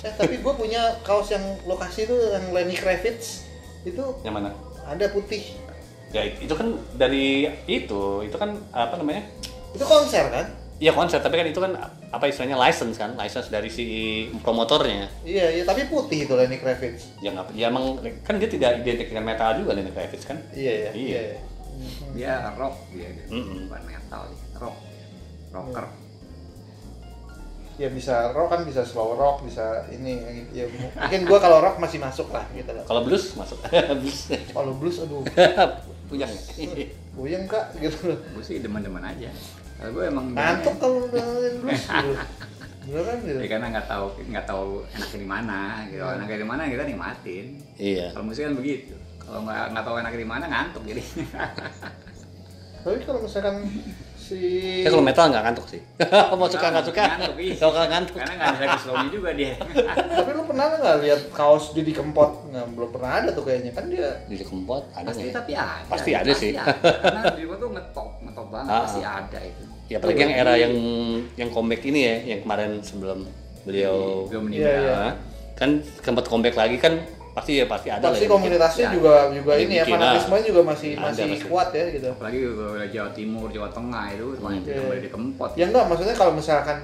S1: Eh, tapi gue punya kaos yang lokasi itu yang Lenny Kravitz itu
S2: yang mana
S1: ada putih.
S2: ya it- itu kan dari itu itu kan apa namanya
S1: Itu konser kan?
S2: Iya konser, tapi kan itu kan apa istilahnya license kan, license dari si promotornya.
S1: Iya, iya tapi putih itu Lenny Kravitz.
S2: Ya nggak, ya emang kan dia tidak identik dengan metal juga Lenny Kravitz kan.
S1: Iya, iya.
S2: Iya.
S1: iya. Mhm.
S3: dia rock dia gitu.
S2: Mm-mm.
S3: bukan metal dia rock rocker
S1: Ya bisa rock kan bisa slow rock, bisa ini ya mu- mungkin gue kalau rock masih masuk lah gitu loh.
S2: Kalau blues masuk, blues
S1: Kalau blues aduh
S2: punya. nggak?
S1: goyang kak gitu loh.
S3: gue sih demen-demen aja kalau gue emang
S1: Ngantuk kalau dengerin blues gitu. Beneran gitu.
S3: ya
S2: Iya.
S3: karena nggak tahu nggak tahu enaknya di mana gitu enaknya di mana kita nikmatin
S2: iya.
S3: kalau musik kan begitu kalau nggak nggak tahu enaknya di mana ngantuk jadi
S1: Tapi kalau misalkan si
S2: Ya kalau metal nggak ngantuk sih. Mau suka nggak suka?
S3: ngantuk iya.
S2: Suka ngantuk.
S3: karena nggak ada lagu slownya juga dia
S1: tapi lu pernah nggak lihat kaos jadi kempot? Nggak, belum pernah ada tuh kayaknya kan dia
S2: Di kempot ada
S3: pasti
S2: nggak? ya?
S3: tapi ada
S2: Pasti ada sih.
S3: karena di gua tuh ngetop ngetop banget
S2: Ah.
S3: pasti ada itu
S2: Ya apalagi yang era yang yang comeback ini ya, yang kemarin sebelum beliau
S3: belum
S1: Iya, iya.
S2: Nah, kan sempat comeback lagi kan pasti ya pasti ada
S1: pasti
S2: yang bikin.
S1: komunitasnya
S3: Ya.
S1: juga juga
S2: Ada
S1: ini ya
S2: bikin, ah.
S1: fanatismenya juga masih
S2: Ada
S1: masih
S2: pasti.
S1: kuat ya gitu.
S3: apalagi kalau Jawa Timur Jawa Tengah itu semuanya itu
S1: Iya.
S3: udah di kempot
S1: Ya enggak maksudnya kalau misalkan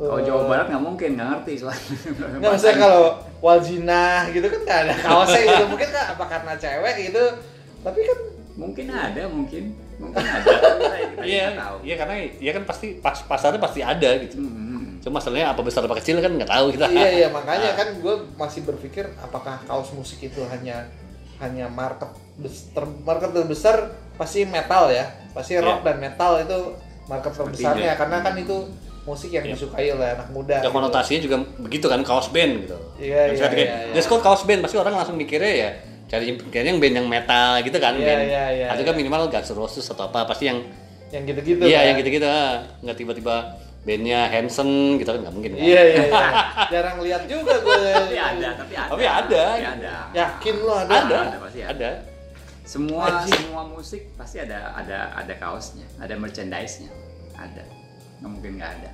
S3: kalau
S1: eh,
S3: Jawa Barat nggak mungkin nggak ngerti soalnya
S1: Nggak, maksudnya kalau Waljina gitu kan nggak ada kaosnya gitu mungkin kan apa karena cewek gitu tapi kan
S3: mungkin ada mungkin mungkin ada Kita- kita
S2: Iya,
S3: nggak tahu
S2: iya karena ya kan pasti pas pasarnya pasti ada gitu.
S3: Hmm.
S2: Cuma masalahnya apa besar apa kecil kan nggak tahu kita.
S1: iya iya makanya kan gue masih berpikir apakah kaos musik itu hanya hanya market bes- ter- market terbesar pasti metal ya pasti rock dan metal itu market terbesarnya karena kan itu musik yang
S2: Iya.
S1: disukai oleh anak muda
S2: Ya
S1: gitu.
S2: konotasinya juga begitu kan kaos band gitu.
S1: Iya,
S2: Terus
S1: iya,
S2: kan kayak,
S1: iya, iya.
S2: "Dia skor kaos band pasti orang langsung mikirnya ya cari kayaknya yang band yang metal gitu kan
S1: Iya,
S2: band.
S1: iya, iya,
S2: Atau kan minimal Guns N' Roses atau apa pasti yang
S1: yang gitu-gitu
S2: iya
S1: kan.
S2: yang gitu-gitu ah. nggak tiba-tiba bandnya Hanson gitu kan nggak mungkin. kan.
S1: iya iya iya jarang lihat juga gue
S3: tapi Iya, ada tapi ada
S2: Tapi ada.
S3: Tapi ada.
S1: yakin lo ada,
S2: Ada,
S3: Ada, pasti ada.
S2: ada.
S3: semua
S1: Anjing.
S3: semua musik pasti ada ada ada kaosnya ada merchandise nya ada nggak mungkin nggak ada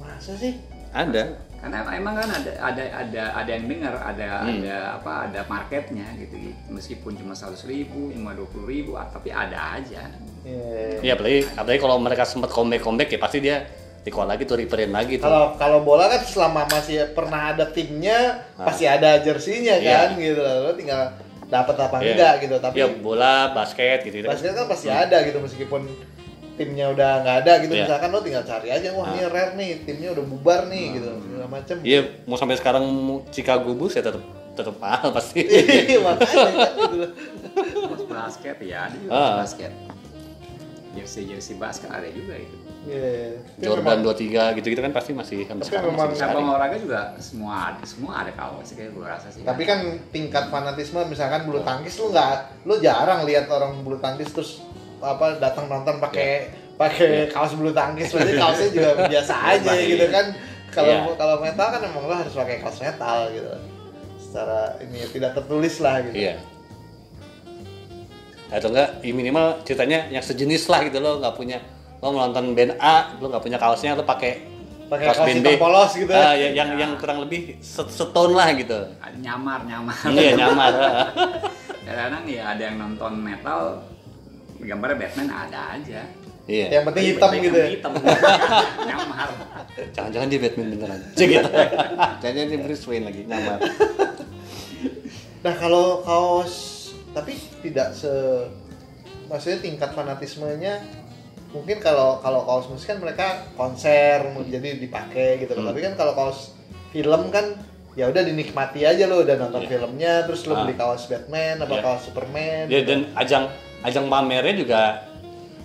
S1: masa sih
S2: Ada.
S3: karena em- emang kan ada ada ada ada yang dengar ada
S2: Hmm.
S3: ada apa ada marketnya gitu meskipun cuma seratus ribu cuma dua puluh ribu ah, tapi ada aja
S1: Iya.
S2: Iya, apalagi, apalagi kalau mereka sempat comeback-comeback ya pasti dia recall lagi tuh reprint lagi tuh.
S1: Kalau kalau bola kan selama masih pernah ada timnya
S2: Ah.
S1: pasti ada jersinya
S2: Iya.
S1: kan gitu lo tinggal dapat apa
S2: Iya.
S1: enggak gitu tapi
S2: ya bola, basket gitu.
S1: basket kan pasti ada gitu meskipun timnya udah nggak ada gitu
S2: Iya. Nah.
S1: misalkan lo tinggal cari aja wah ini rare nih timnya udah bubar nih gitu segala macem
S2: Iya, mau sampai sekarang Chicago Bulls ya tetap tetap mahal pasti.
S1: Iya, makanya kan gitu loh.
S3: kaos basket ya ada juga
S2: Ah.
S3: kaos basket jersey jersey basket ada juga itu
S1: Iya, iya. Tapi
S2: Jordan
S1: memang-
S2: 23 gitu-gitu kan pasti masih sampai
S1: Tapi
S2: sekarang
S1: memang-
S2: masih
S3: cabang
S2: dicari.
S3: olahraga juga semua ada semua ada kaos kayak gue rasa sih
S1: tapi kan tingkat fanatisme misalkan bulu tangkis lu nggak lu jarang lihat orang bulu tangkis terus apa datang nonton pakai pakai kaos bulu tangkis berarti kaosnya juga biasa aja
S2: Iya.
S1: gitu kan kalau
S2: Iya.
S1: kalau metal kan emang lo harus pakai kaos metal gitu secara ini tidak tertulis lah gitu
S2: Iya. Atau enggak, ya minimal ceritanya yang sejenis lah gitu loh, nggak punya lo mau nonton band A, lo nggak punya kaosnya, lo pakai
S1: Pakai kaos hitam polos gitu.
S2: Ah, ya, yang yang kurang lebih se- setahun lah gitu.
S3: Ada nyamar nyamar
S2: Iya nyamar.
S3: kadang ya ada yang nonton metal gambarnya Batman ada aja
S2: Iya.
S1: yang penting hitam gitu ya.
S3: hitam nyamar
S2: Jangan-jangan dia Batman beneran. Cek gitu. Jangan-jangan dia Bruce Wayne lagi nyamar.
S1: nah kalau kaos tapi tidak se maksudnya tingkat fanatismenya mungkin kalau kalau kaos musik kan mereka konser mau jadi dipakai gitu loh.
S2: Hmm.
S1: Tapi kan kalau kaos film kan ya udah dinikmati aja lo udah nonton
S2: Iya.
S1: filmnya terus lo
S2: Ah.
S1: beli kaos Batman apa
S2: Iya.
S1: kaos Superman.
S2: Ya, dan ajang ajang pamernya juga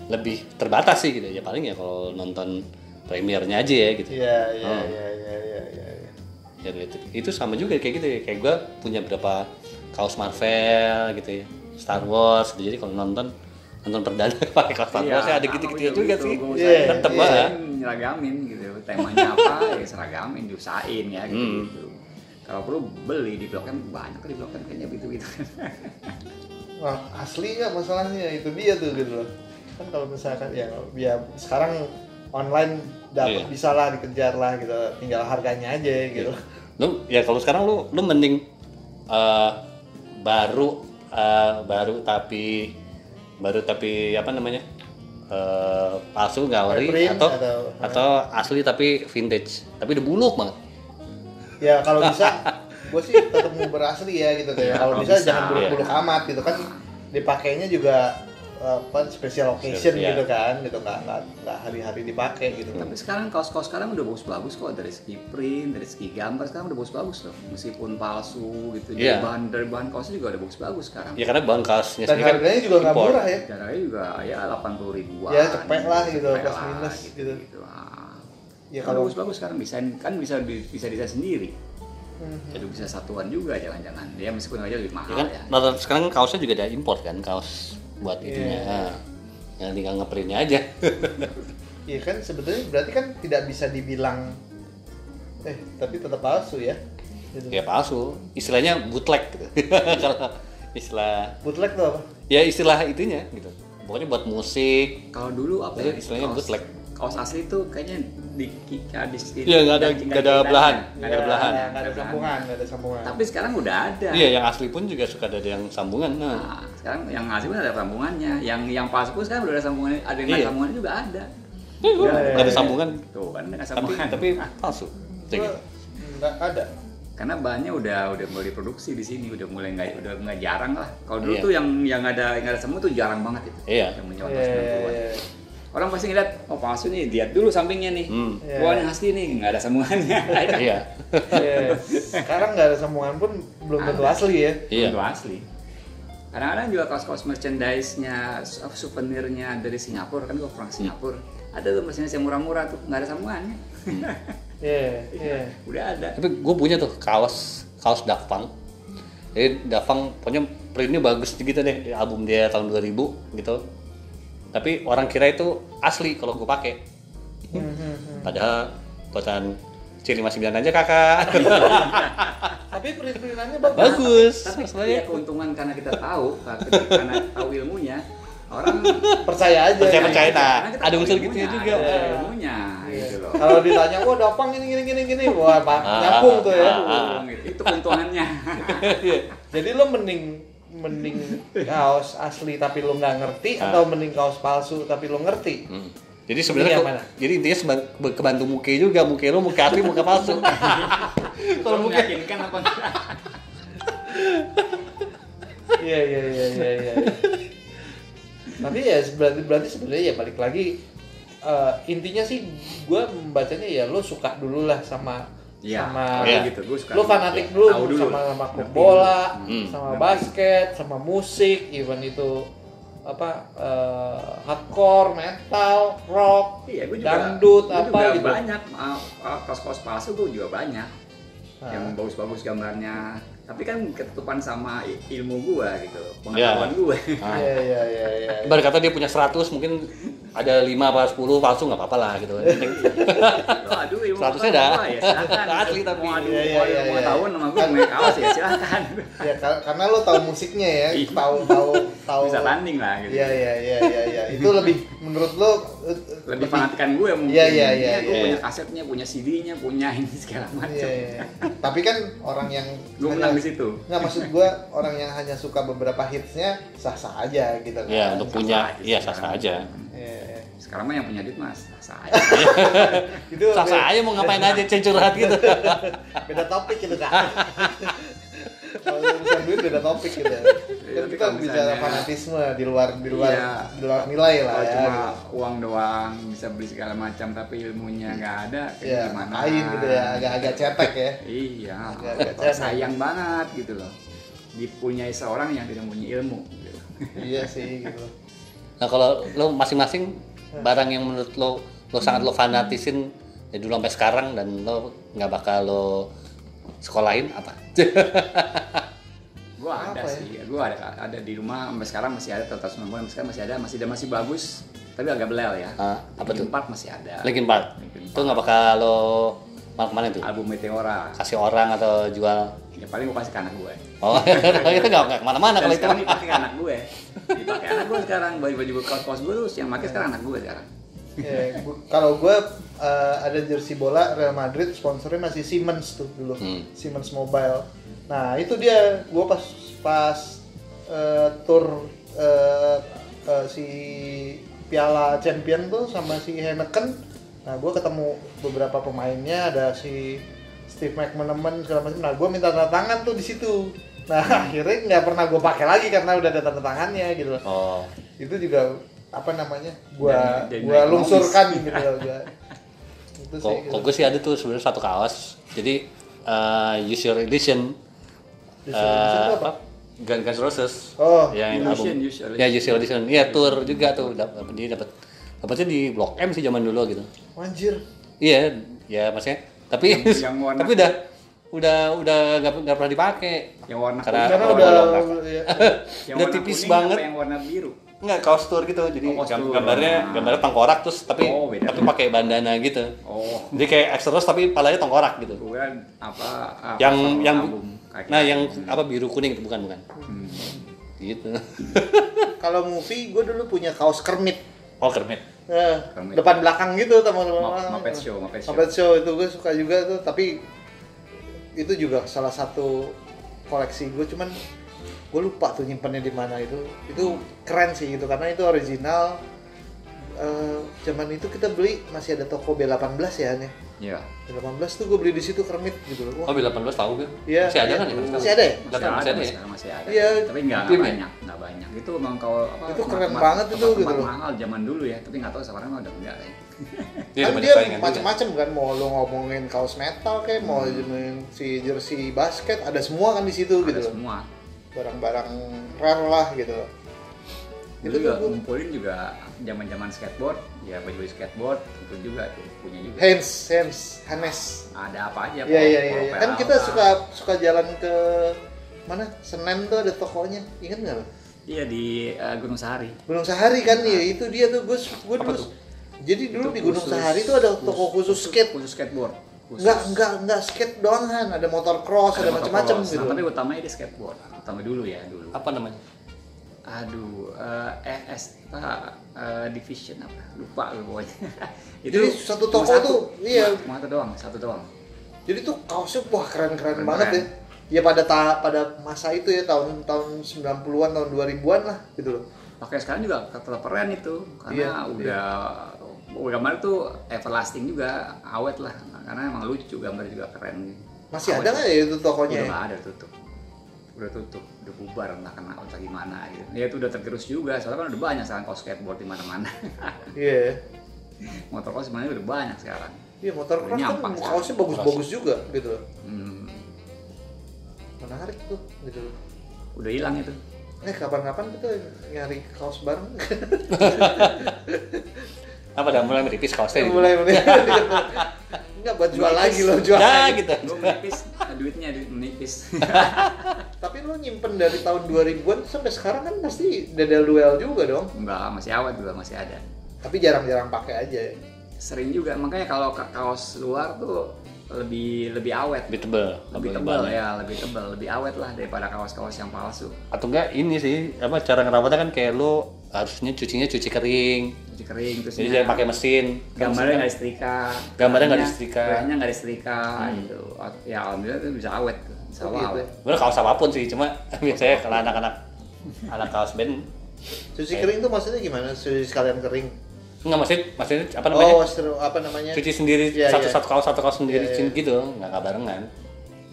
S2: lebih terbatas sih gitu ya paling ya kalau nonton premiernya aja ya gitu.
S1: Iya iya
S2: Hmm.
S1: iya iya iya iya. iya.
S2: Ya, itu, itu sama juga kayak gitu ya. Kayak gue punya berapa kaos Marvel gitu ya. Star Wars gitu. Jadi kalau nonton nonton perdana pakai kaos Star
S3: Iya.
S2: Wars ya ada gitu-gitu ya
S3: gitu.
S2: juga sih.
S1: Iya,
S2: tetep
S1: iya.
S2: lah.
S3: nyeragamin gitu temanya apa ya seragamin diusahain ya gitu, gitu.
S2: Hmm.
S3: kalau perlu beli di blok M banyak di blok M kayaknya gitu gitu
S1: Wah, asli nggak masalahnya itu dia tuh gitu loh. Kan kalau misalkan ya, ya sekarang online dapat
S2: Iya.
S1: bisa lah dikejar lah gitu tinggal harganya aja gitu
S2: lu ya kalau sekarang lu lu mending eh, baru eh, baru tapi baru tapi apa namanya Eh, palsu gawari
S1: Reprint
S2: atau
S1: atau-
S2: atau asli tapi vintage tapi udah buluk banget
S1: ya kalau bisa gue sih tetap mau berasli ya gitu kayak kalau
S3: kalau
S1: bisa,
S3: bisa,
S1: jangan buluk-buluk amat gitu kan dipakainya juga apa special occasion
S2: Iya.
S1: gitu kan gitu nggak nggak nggak hari-hari dipakai gitu
S3: Tapi sekarang kaos-kaos sekarang udah bagus-bagus kok dari segi print, dari segi gambar sekarang udah bagus-bagus loh. Meskipun palsu gitu, dari
S2: Iya.
S3: bahan dari bahan kaosnya juga udah bagus-bagus sekarang.
S2: ya karena bahan kaosnya
S1: dan
S2: sendiri kan
S1: harganya juga nggak
S2: impor.
S1: murah ya
S3: Caranya juga ya 80 ribuan.
S1: Ya, cepet lah gitu,
S3: Cepet
S1: plus
S3: lah,
S1: minus gitu.
S3: gitu. Ah.
S1: Ya,
S3: Ya
S1: kalau-
S3: kalau bagus-bagus sekarang desain kan bisa bisa desain sendiri.
S1: Mhm.
S3: Jadi bisa satuan juga jangan-jangan. Ya meskipun aja lebih
S2: ya
S3: mahal
S2: kan
S3: ya.
S2: rata- sekarang kaosnya juga ada import kan kaos buat itunya Nah, yang tinggal ngeprintnya aja
S1: Iya kan sebetulnya berarti kan tidak bisa dibilang eh tapi tetap palsu ya. Gitu.
S2: ya palsu istilahnya bootleg gitu. Kalau istilah
S1: Bootleg tuh apa?
S2: ya istilah itunya gitu pokoknya buat musik
S3: Kalau dulu apa
S2: Jadi
S3: ya,
S2: Iya, istilahnya bootleg.
S3: Kaos asli tuh kayaknya di kita di sini.
S2: Iya, nggak ada- nggak ada belahan. Nggak ada
S1: Iya,
S2: belahan.
S1: Nggak ada sambungan, nggak ada sambungan.
S3: Tapi sekarang udah ada.
S2: Iya, yang asli pun juga suka ada yang sambungan. Nah,
S3: Nah, sekarang yang asli pun ada sambungannya. Yang yang palsu pun sekarang udah ada sambungannya. Ada yang nggak
S2: Iya.
S3: sambungannya juga ada.
S2: nggak ada sambungan,
S3: Tuh kan nggak
S2: tapi
S3: sambungan.
S2: tapi palsu. Kayak
S1: Gua
S2: gitu.
S1: nggak ada.
S3: karena bahannya udah udah mulai diproduksi di sini udah mulai nggak udah nggak jarang lah kalau dulu
S2: Iya.
S3: tuh yang yang ada yang ada semua tuh jarang banget itu
S2: Iya.
S3: yang menyewa
S1: Iya,
S3: tahun 90-an.
S1: iya,
S3: orang pasti ngeliat oh palsu nih lihat dulu sampingnya nih
S2: Hmm.
S1: Iya.
S3: wah ini asli nih nggak ada sambungannya
S2: Iya,
S1: iya. Iya. Sekarang nggak ada sambungan pun belum tentu
S3: Ada.
S1: asli ya.
S2: iya.
S3: itu asli kadang-kadang juga kaos-kaos merchandise-nya su- souvenirnya dari Singapura kan gua pernah ke Singapura ada tuh merchandise yang murah-murah tuh nggak ada sambungannya
S1: Iya, iya.
S3: udah ada
S2: Tapi gue punya tuh kaos kaos Daft Punk. Jadi Daft Punk punya printnya bagus gitu deh di album dia tahun 2000 gitu. Tapi orang kira itu asli kalau gue pakai. Padahal buatan C59 aja kakak.
S1: Tapi print-printannya bagus.
S2: bagus.
S3: tapi
S2: sebenarnya.
S3: ya keuntungan karena kita tahu karena- karena tahu ilmunya orang
S1: Percaya aja.
S2: Percaya- percaya.
S3: Iya,
S2: nah,
S3: karena kita
S2: ada
S3: tahu
S2: unsur gitunya
S3: ilmunya,
S2: juga.
S3: ada
S1: Iya.
S3: ilmunya
S1: Iya.
S3: gitu loh
S1: Kalau ditanya, wah dapang ini gini gini gini, wah pak
S2: Ah,
S1: nyambung tuh ya. Iya.
S2: ah, ah.
S3: itu keuntungannya
S1: Jadi lo mending mending kaos asli tapi lo nggak ngerti
S2: Ah.
S1: atau mending kaos palsu tapi lo ngerti?
S2: Hmm. Jadi sebenarnya
S1: Ini yang
S2: ke-
S1: mana?
S2: jadi intinya seba- be- kebantu muke juga, muke lu muka asli, muka palsu.
S3: kalau meyakinkan apa enggak
S1: Iya iya iya iya. iya. Tapi ya berarti berarti sebenarnya ya balik lagi eh, intinya sih gue membacanya ya lo suka dulu lah sama
S3: Iya,
S1: sama
S2: iya.
S3: gitu, gua suka
S1: lo
S3: dulu.
S1: fanatik
S3: Iya,
S1: dulu,
S3: tahu dulu.
S1: sama sama klub
S3: Ngerti.
S1: bola,
S2: Hmm.
S1: sama
S3: Ngerti.
S1: basket, sama musik, even itu apa eh, hardcore, metal, rock,
S3: iya gue juga
S1: dangdut
S3: gua
S1: apa
S3: juga
S1: gitu.
S3: banyak uh, uh, kaos-kaos palsu gue juga banyak
S1: Ah.
S3: yang bagus-bagus gambarnya tapi kan ketutupan sama i- ilmu gua gitu loh, pengetahuan gua
S1: Iya iya iya iya.
S2: Ibarat kata dia punya 100, mungkin ada 5 apa 10 palsu nggak apa-apa lah gitu.
S3: Lo Oh, aduh ilmu
S2: Statusnya
S3: apa-apa,
S2: dah.
S3: ya silakan
S2: Asli tapi.
S3: mau aduh
S1: Iya, iya,
S3: mau
S1: iya,
S3: mau
S1: iya.
S3: tahun sama gua main kaos ya silakan
S1: Ya kar- karena lo tahu musiknya ya,
S3: Iya.
S1: tahu tahu tahu.
S3: bisa tanding lah gitu
S1: Iya iya iya iya iya. Itu lebih menurut lo eh,
S3: lebih fanatikan gue mungkin
S1: Iya, iya, iya,
S3: gue
S2: iya.
S3: punya kasetnya punya CD-nya punya ini segala macam
S1: Iya iya. Tapi kan orang yang
S3: gue menang di situ
S1: Nggak maksud gue orang yang hanya suka beberapa hitsnya sah-sah aja gitu kan.
S2: Ya, untuk punya,
S3: aja
S2: iya
S3: sih,
S2: sah-sah
S3: kan.
S2: aja.
S1: Iya, iya.
S3: sekarang mah yang punya duit mas saya
S1: Itu
S2: Sah-sah
S1: beda,
S2: aja mau ngapain aja curhat gitu.
S1: beda topik gitu kan. Kalau urusan duit beda topik gitu. Kan
S3: Iya,
S1: kita
S3: tapi kalau
S1: bicara
S3: misalnya-
S1: fanatisme di luar di luar
S3: Iya.
S1: di luar nilai lah
S3: kalau
S1: ya.
S3: cuma uang doang bisa beli segala macam tapi ilmunya nggak ada kayak
S1: Iya,
S3: gimana
S1: main gitu ya, agak-agak cetek ya.
S3: iya
S1: Agak- agak
S3: kalau
S1: cetek.
S3: sayang banget gitu loh dipunyai seorang yang tidak punya ilmu gitu.
S1: iya sih gitu.
S2: Nah, kalau lo masing-masing barang yang menurut lo lo sangat lo fanatisin ya dulu sampai sekarang dan lo nggak bakal lo sekolahin apa?
S3: gue ada
S1: Apa ya?
S3: sih gue ada ada di rumah sampai sekarang masih ada tetap sembilan bulan sampai sekarang masih ada masih ada masih bagus tapi agak belel ya
S2: Ah, apa tuh?
S3: Linkin Park masih ada
S2: Linkin Park.
S3: Linkin Park.
S2: Itu nggak bakal lo mal kemana tuh?
S3: album Meteora
S2: Kasih orang atau jual
S3: ya paling gue kasih ke anak gue
S2: Oh, itu nggak nggak kemana-mana
S3: Dan
S2: kalau itu.
S3: sekarang dipakai ke anak gue dipakai anak gue sekarang baju baju kaos kaos gue tuh yang pakai sekarang anak gue sekarang
S1: Ya, gu- kalau gue eh, ada jersey bola Real Madrid sponsornya masih Siemens tuh dulu
S2: Hmm.
S1: Siemens Mobile nah itu dia gue pas pas eh, tour eh, eh, si Piala Champion tuh sama si Heineken nah gue ketemu beberapa pemainnya ada si Steve McManaman segala macam nah gue minta tanda tangan tuh di situ nah akhirnya nggak pernah gue pakai lagi karena udah ada tanda tangannya gitu loh
S2: Oh,
S1: itu juga apa namanya gua
S3: Dan- dan
S1: gua
S3: ekonomis.
S1: lungsurkan gitu loh gua itu
S2: kok,
S1: gitu.
S2: kok gue sih ada tuh sebenarnya satu kaos. Jadi eh, use your illusion.
S1: Use Your Illusion itu apa?
S2: Gun Guns Roses.
S1: Oh,
S3: Iya.
S2: yang
S3: Illusion,
S2: album.
S3: Use Your
S2: Ya use your illusion. Iya tour juga tuh. Dap- Dia dapat dapatnya di Blok M sih zaman dulu gitu.
S1: anjir
S2: Iya, ya maksudnya. Tapi
S3: Yang- yang warna-
S2: tapi udah udah udah nggak nggak pernah dipakai.
S3: Yang warna
S2: Karena-
S3: kuning,
S1: karena
S2: oh,
S1: udah
S2: udah
S1: ya.
S3: yang
S2: udah
S3: warna
S2: tipis
S3: kuning apa
S2: banget.
S3: yang warna biru.
S2: Nggak kaos tour gitu. Jadi
S3: Oh, kaos
S2: gam-
S3: tour.
S2: gambarnya gambarnya tengkorak terus tapi
S3: Oh, beda.
S2: tapi pakai bandana gitu.
S3: Oh,
S2: Jadi kayak extra Rose tapi palanya tengkorak gitu.
S3: gue apa, apa
S2: yang
S3: sama
S2: yang
S3: album. Kayak-
S2: nah yang apa biru kuning itu bukan bukan.
S3: Hmm.
S2: Gitu.
S1: kalau movie gua dulu punya kaos kermit
S2: Oh, Kermit.
S1: Eh,
S3: Kermit.
S1: depan belakang gitu teman-teman
S3: Ma-
S1: orang.
S3: Muppet Show, Muppet Show.
S1: Muppet Show itu gue suka juga tuh tapi itu juga salah satu koleksi gue cuman gue lupa tuh nyimpannya di mana itu itu keren sih gitu karena itu original Eh, zaman itu kita beli masih ada toko B18 ya Anya.
S3: Iya.
S1: B18 tuh gue beli di situ kermit gitu loh Wah,
S2: Oh, 18 tahu gue.
S1: Iya,
S2: Masih ada
S1: iya.
S2: kan ya? sekarang?
S1: Masih ada ya?
S3: Masih
S2: 18
S3: ada,
S2: masih ada ya?
S3: sekarang masih ada.
S1: Iya.
S3: Tapi nggak nggak
S2: Tim ya?
S3: banyak, nggak banyak. Itu memang kalau apa?
S1: Itu keren
S3: tempat-
S1: banget itu,
S3: tempat-
S1: gitu
S3: tempat
S1: loh.
S3: mahal zaman dulu ya, tapi nggak tahu sekarang mah udah enggak ya.
S2: Iya,
S1: kan
S2: ada
S1: dia
S2: persaingan juga.
S1: macem-macem kan mau lo ngomongin kaos metal kayak mau ngomongin si jersey basket ada semua kan di situ
S3: Ada
S1: gitu loh
S3: semua.
S1: barang-barang rare lah gitu loh Itu
S3: Dulu juga
S1: tuh gua-
S3: ngumpulin juga zaman-zaman skateboard, ya baju-baju skateboard itu juga tuh punya juga.
S1: Hands, hands, Hanes.
S3: Ada apa
S1: Iya
S3: aja?
S1: iya
S3: pol-
S1: iya. iya.
S3: pol
S1: Kan kita
S3: Peralta.
S1: suka suka jalan ke mana? Senen tuh ada tokonya. Ingat nggak lo?
S3: Iya di eh, Gunung Sahari.
S1: Gunung Sahari kan ya itu dia tuh gue gue
S2: Apa
S1: dulu.
S2: tuh?
S1: Jadi dulu
S3: Itu
S1: di Gunung
S3: khusus-
S1: Sahari tuh ada toko khusus, skate.
S3: khusus skateboard. Khusus.
S1: Enggak enggak enggak skate doang kan, ada motor cross, ada, macam-macam
S3: motocross.
S1: gitu.
S3: Nah, tapi utamanya di skateboard. Utama dulu ya dulu.
S2: Apa namanya?
S3: Aduh, eh ES apa, eh, division apa? Lupa gue pokoknya.
S1: Jadi satu
S3: cuma
S1: toko tuh, iya.
S3: Cuma satu doang, satu doang.
S1: Jadi tuh kaosnya wah keren-keren
S3: Keren-keren.
S1: banget ya. Ya pada ta- pada masa itu ya tahun-tahun 90-an tahun 2000-an lah gitu loh.
S3: Pakai sekarang juga tetap keren itu karena
S1: Iya,
S3: udah udah gambar tuh everlasting juga, awet lah. Karena emang lucu gambar juga keren.
S1: Masih
S3: Awet.
S1: ada nggak ya itu tokonya?
S3: Udah
S1: ya?
S3: nggak ada tutup. Udah tutup, udah bubar entah kena otak gimana gitu. Ya itu udah tergerus juga, soalnya kan udah banyak sekarang kalau skateboard di mana-mana.
S1: Iya. ya.
S3: Motor kos sebenarnya udah banyak sekarang.
S1: Iya motor cross kan
S3: Nyampang.
S1: kaosnya bagus-bagus juga gitu loh.
S3: Hmm,
S1: menarik tuh gitu loh
S3: udah hilang itu.
S1: eh kapan-kapan kita nyari kaos bareng
S2: Apa dah mulai meripis kaosnya? gitu?
S1: mulai mulai nggak buat jual lagi loh jual
S2: Ya
S1: lagi.
S2: gitu.
S3: Gue menipis, duitnya duit menipis.
S1: tapi lo nyimpen dari tahun 2000-an sampai sekarang kan pasti dadel duel juga dong
S3: Enggak, masih awet juga masih ada.
S1: tapi jarang-jarang pakai aja ya.
S3: Sering juga, makanya kalau ka- kaos luar tuh lebih lebih awet,
S2: Lebih tebel,
S3: lebih tebal ya, lebih tebal, lebih awet lah daripada kaos-kaos yang palsu.
S2: Atau enggak ini sih, apa cara ngerawatnya kan kayak lu harusnya cucinya cuci kering.
S3: Cuci kering terus
S2: Jadi
S3: ini
S2: jangan pakai mesin.
S3: gambarnya nggak disetrika,
S2: Gambarnya nggak
S3: bahannya-
S2: disetrika. Hmm.
S3: bahannya nggak disetrika gitu. Ya alhamdulillah itu bisa awet, tuh. insya
S1: Oh,
S3: Allah
S1: gitu.
S3: awet.
S2: Sebenarnya kaos apapun sih, cuma biasanya kalau anak-anak anak kaos band
S1: cuci
S3: Eh.
S1: kering tuh maksudnya gimana cuci sekalian kering
S2: enggak maksud maksudnya apa namanya?
S1: oh seru apa namanya
S2: cuci sendiri
S1: Iya,
S2: satu
S1: iya.
S2: satu kaos satu kaos
S1: Iya,
S2: sendiri
S1: iya.
S2: cin- gitu nggak kabarengan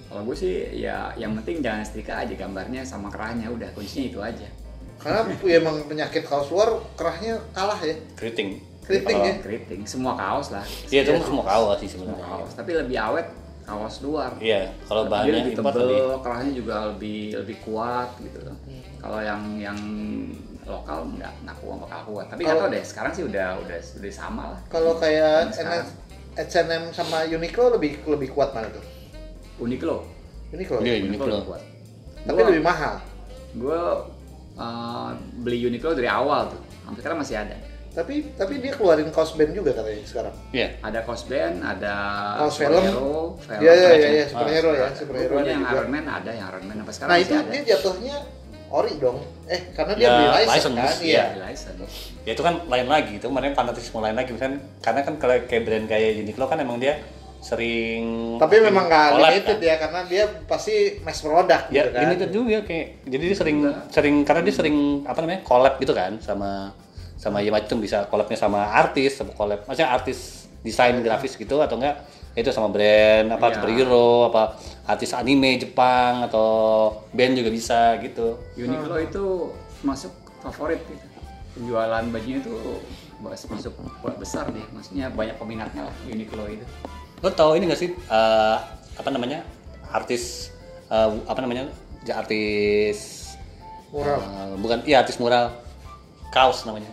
S3: Kalau gue sih ya yang penting jangan setrika aja gambarnya sama kerahnya udah kuncinya itu aja.
S1: karena ya emang penyakit kaos luar kerahnya kalah ya
S2: keriting
S1: keriting ya
S3: Keriting, semua kaos lah.
S2: iya itu semua kaos sih
S3: Semua
S2: sebenarnya
S3: kaos, tapi lebih awet kaos luar.
S2: iya kalau
S3: Dia
S2: bahannya
S3: lebih
S2: impor
S3: tebel,
S2: lebih Iya.
S3: kerahnya juga lebih lebih kuat gitu loh. Kalau yang yang lokal nggak nggak kuat bakal kuat. Tapi nggak
S1: Kalau-
S3: tahu deh. Sekarang sih udah udah udah sama lah.
S1: kalau kayak
S3: Iya, Sekarang.
S1: H&M sama Uniqlo lebih lebih kuat mana tuh
S3: Uniqlo,
S1: Uniqlo
S2: Iya,
S1: ya?
S2: Uniqlo.
S3: lebih kuat.
S1: tapi
S3: Gua-
S1: lebih mahal
S3: Gue uh, beli Uniqlo dari awal tuh. Sampai sekarang masih ada.
S1: Tapi tapi dia keluarin kaos band juga katanya sekarang.
S2: iya
S3: Ada kaos band, ada
S1: Kaos Oh, film.
S3: superhero, film,
S1: Iya iya
S3: macam.
S1: iya iya, superhero ya,
S3: Gua
S1: superhero
S3: punya
S1: ada
S3: yang
S1: juga.
S3: Iron Man ada, yang Iron Man sampai Ah, sekarang
S1: Nah,
S3: masih
S1: itu
S3: ada.
S1: dia jatuhnya ori dong. Eh, karena dia
S2: Ya,
S1: beli license,
S2: license,
S1: kan?
S2: iya.
S1: Iya.
S3: license.
S2: ya itu kan lain lagi itu kemarin fanatisme lain lagi kan karena kan kalau kayak brand kayak Uniqlo kan emang dia sering
S1: Tapi memang nggak
S2: collab,
S1: limited ya karena dia pasti mass product
S2: kan? ya
S1: gitu kan.
S2: limited juga kayak jadi dia sering sering karena dia sering apa namanya collab gitu kan sama sama ya macam bisa collabnya sama artis sama collab maksudnya artis desain
S1: Iya.
S2: grafis gitu atau enggak itu sama brand apa
S3: Iya.
S2: superhero apa artis anime Jepang atau band juga bisa gitu
S3: Uniqlo itu masuk favorit gitu. Penjualan bajunya itu mas- masuk besar deh, maksudnya banyak peminatnya lah Uniqlo itu.
S2: lo tau ini gak sih eh, apa namanya artis eh, apa namanya Ja- artis
S1: Mural.
S2: eh, bukan iya artis mural kaos namanya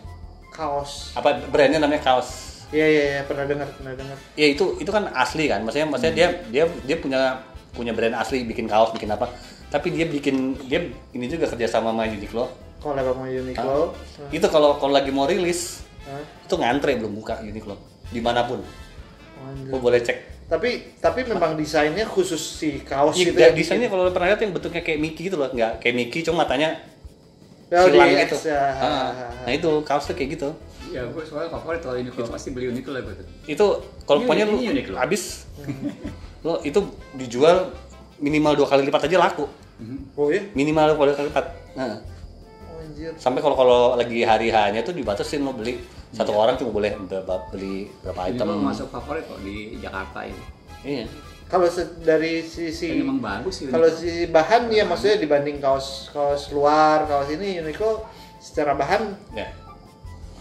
S1: Kaos.
S2: apa brandnya namanya kaos
S1: Iya iya iya pernah dengar pernah dengar.
S2: ya itu itu kan asli kan maksudnya maksudnya dia dia dia punya punya brand asli bikin kaos bikin apa tapi dia bikin dia ini juga kerjasama sama Uniqlo
S1: Collab sama Uniqlo.
S2: itu kalau kalau lagi mau rilis
S1: Hah?
S2: itu ngantre belum buka Uniqlo dimanapun
S1: Anjir.
S2: lo boleh cek
S1: Tapi tapi memang desainnya khusus si kaos
S2: Iya,
S1: gitu ya.
S2: desainnya kalau lo pernah lihat yang bentuknya kayak Mickey gitu loh, nggak kayak Mickey cuma matanya
S1: Oh,
S2: silang
S1: di
S2: gitu.
S1: X, ya.
S2: Ah, nah itu kaosnya kayak gitu.
S3: Ya gue soalnya favorit kalau Uniqlo pasti beli Uniqlo lah gue tuh.
S2: Itu kalau
S3: Ini-
S2: pokoknya lu
S3: ini unik loh.
S2: habis
S1: Hmm.
S2: lo itu dijual minimal dua kali lipat aja laku.
S3: Mhm.
S1: Oh iya.
S2: Minimal dua kali lipat. Nah,
S1: Oh, anjir.
S2: sampai kalau kalau lagi hari hanya tuh dibatasin lo beli satu
S1: Iya.
S2: orang cuma boleh be- be- beli berapa item.
S3: Uniqlo masuk favorit kok di Jakarta ini.
S2: Iya.
S1: Kalau se- dari
S3: Dan
S1: sisi
S3: emang bagus sih.
S1: kalau
S3: Uniqlo.
S1: sisi bahan ya maksudnya dibanding kaos kaos luar kaos ini Uniqlo secara bahan
S2: Ya.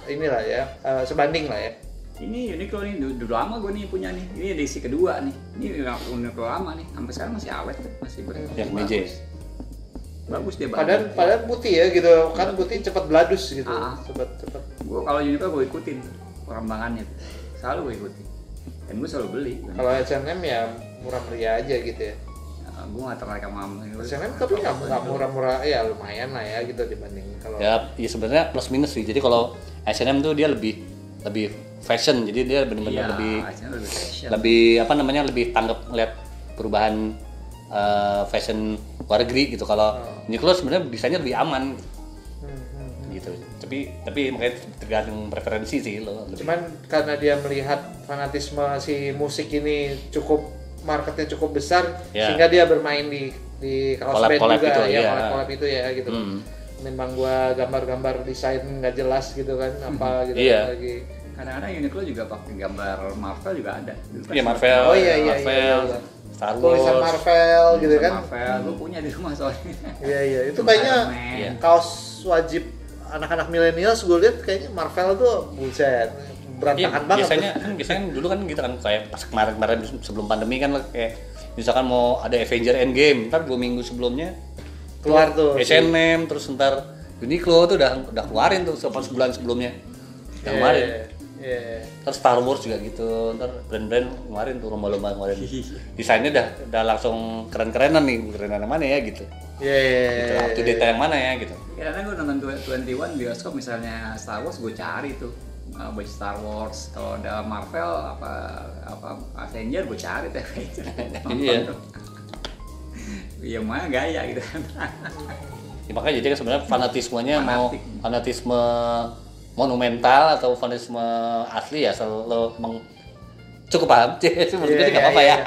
S1: inilah ya eh, sebanding lah ya.
S3: Iya, Ini Uniqlo nih, du- dulu lama gue nih punya nih. Ini edisi kedua nih. Ini Uniqlo lama nih. Sampai sekarang masih awet tuh, masih ber.
S2: Yang
S3: bagus.
S2: meja.
S3: Bagus dia
S1: Padahal padahal putih ya gitu kan putih cepat beladus gitu
S3: Iya. Ah.
S1: cepat cepat.
S3: gue kalau Uniqlo gue ikutin perkembangannya tuh. selalu gue ikutin dan gue selalu beli
S1: Kalau H&M ya murah meriah aja gitu ya.
S3: Nah, gue gak tertarik sama Uniqlo.
S1: H&M tapi nggak nggak murah-murah ya lumayan lah ya gitu dibanding kalau
S2: Ya, ya sebenarnya plus minus sih. Jadi kalau H&M tuh dia lebih lebih fashion. Jadi dia benar-benar
S3: iya
S2: lebih
S3: H&M lebih
S1: Iya.
S3: fashion
S2: lebih apa namanya lebih tanggap ngeliat perubahan eh, fashion luar negeri gitu kalau
S1: Oh.
S2: Uniqlo sebenarnya desainnya lebih aman
S1: Hmm, hmm.
S2: gitu tapi tapi makanya tergantung preferensi sih lo lebih.
S1: Cuman karena dia melihat fanatisme si musik ini cukup marketnya cukup besar
S2: Ya.
S1: sehingga dia bermain di di kaos
S2: Collab-
S1: band
S2: collab
S1: juga
S2: itu,
S1: ya
S2: iya.
S1: collab itu ya gitu.
S2: Hmm.
S1: Memang gua gambar-gambar desain nggak jelas gitu kan apa gitu
S2: Iya.
S1: lagi.
S3: kadang-kadang Uniqlo juga pakai gambar Marvel juga ada Dulu kan
S2: ya Marvel
S1: Oh, iya, iya,
S2: Marvel
S1: iya, iya.
S2: Star Wars
S1: Tulisan Marvel
S2: Hmm,
S3: Marvel,
S1: gitu kan.
S3: Marvel gue punya di rumah soalnya
S1: Iya iya itu kayaknya
S3: Iron
S2: Iya.
S3: Man.
S1: kaos wajib anak-anak milenial gue lihat kayaknya Marvel tuh buset
S2: Iya,
S1: berantakan banget.
S2: biasanya kan biasanya dulu kan gitu kan kayak pas kemarin kemarin sebelum pandemi kan lo kayak misalkan mau ada Avenger Endgame ntar dua minggu sebelumnya
S1: keluar tuh.
S2: H&M terus ntar Uniqlo tuh udah udah keluarin tuh sepan sebulan sebelumnya
S1: Iya,
S2: udah keluarin
S1: Iya.
S2: Ntar Star Wars juga gitu, ntar brand-brand kemarin tuh lomba-lomba kemarin desainnya dah, dah langsung keren-kerenan nih, kerenan yang mana ya gitu,
S1: Iya.
S2: gitu
S1: iya,
S2: up to
S1: iya.
S2: date yang mana ya gitu.
S3: kadang-kadang gue nonton 21 bioskop misalnya Star Wars gue cari tuh eh, baju Star Wars kalau ada Marvel apa apa Avenger gue cari tuh Avenger Nonton
S2: Iya.
S3: tuh. Iya mah gaya gitu kan.
S2: Ya, makanya jadi kan sebenarnya fanatismenya mau
S3: Fanatik.
S2: fanatisme monumental atau fanatisme asli ya selalu meng cukup paham sih, menurut gue
S1: Iya,
S2: sih nggak apa-apa
S1: iya,
S2: ya.
S1: iya.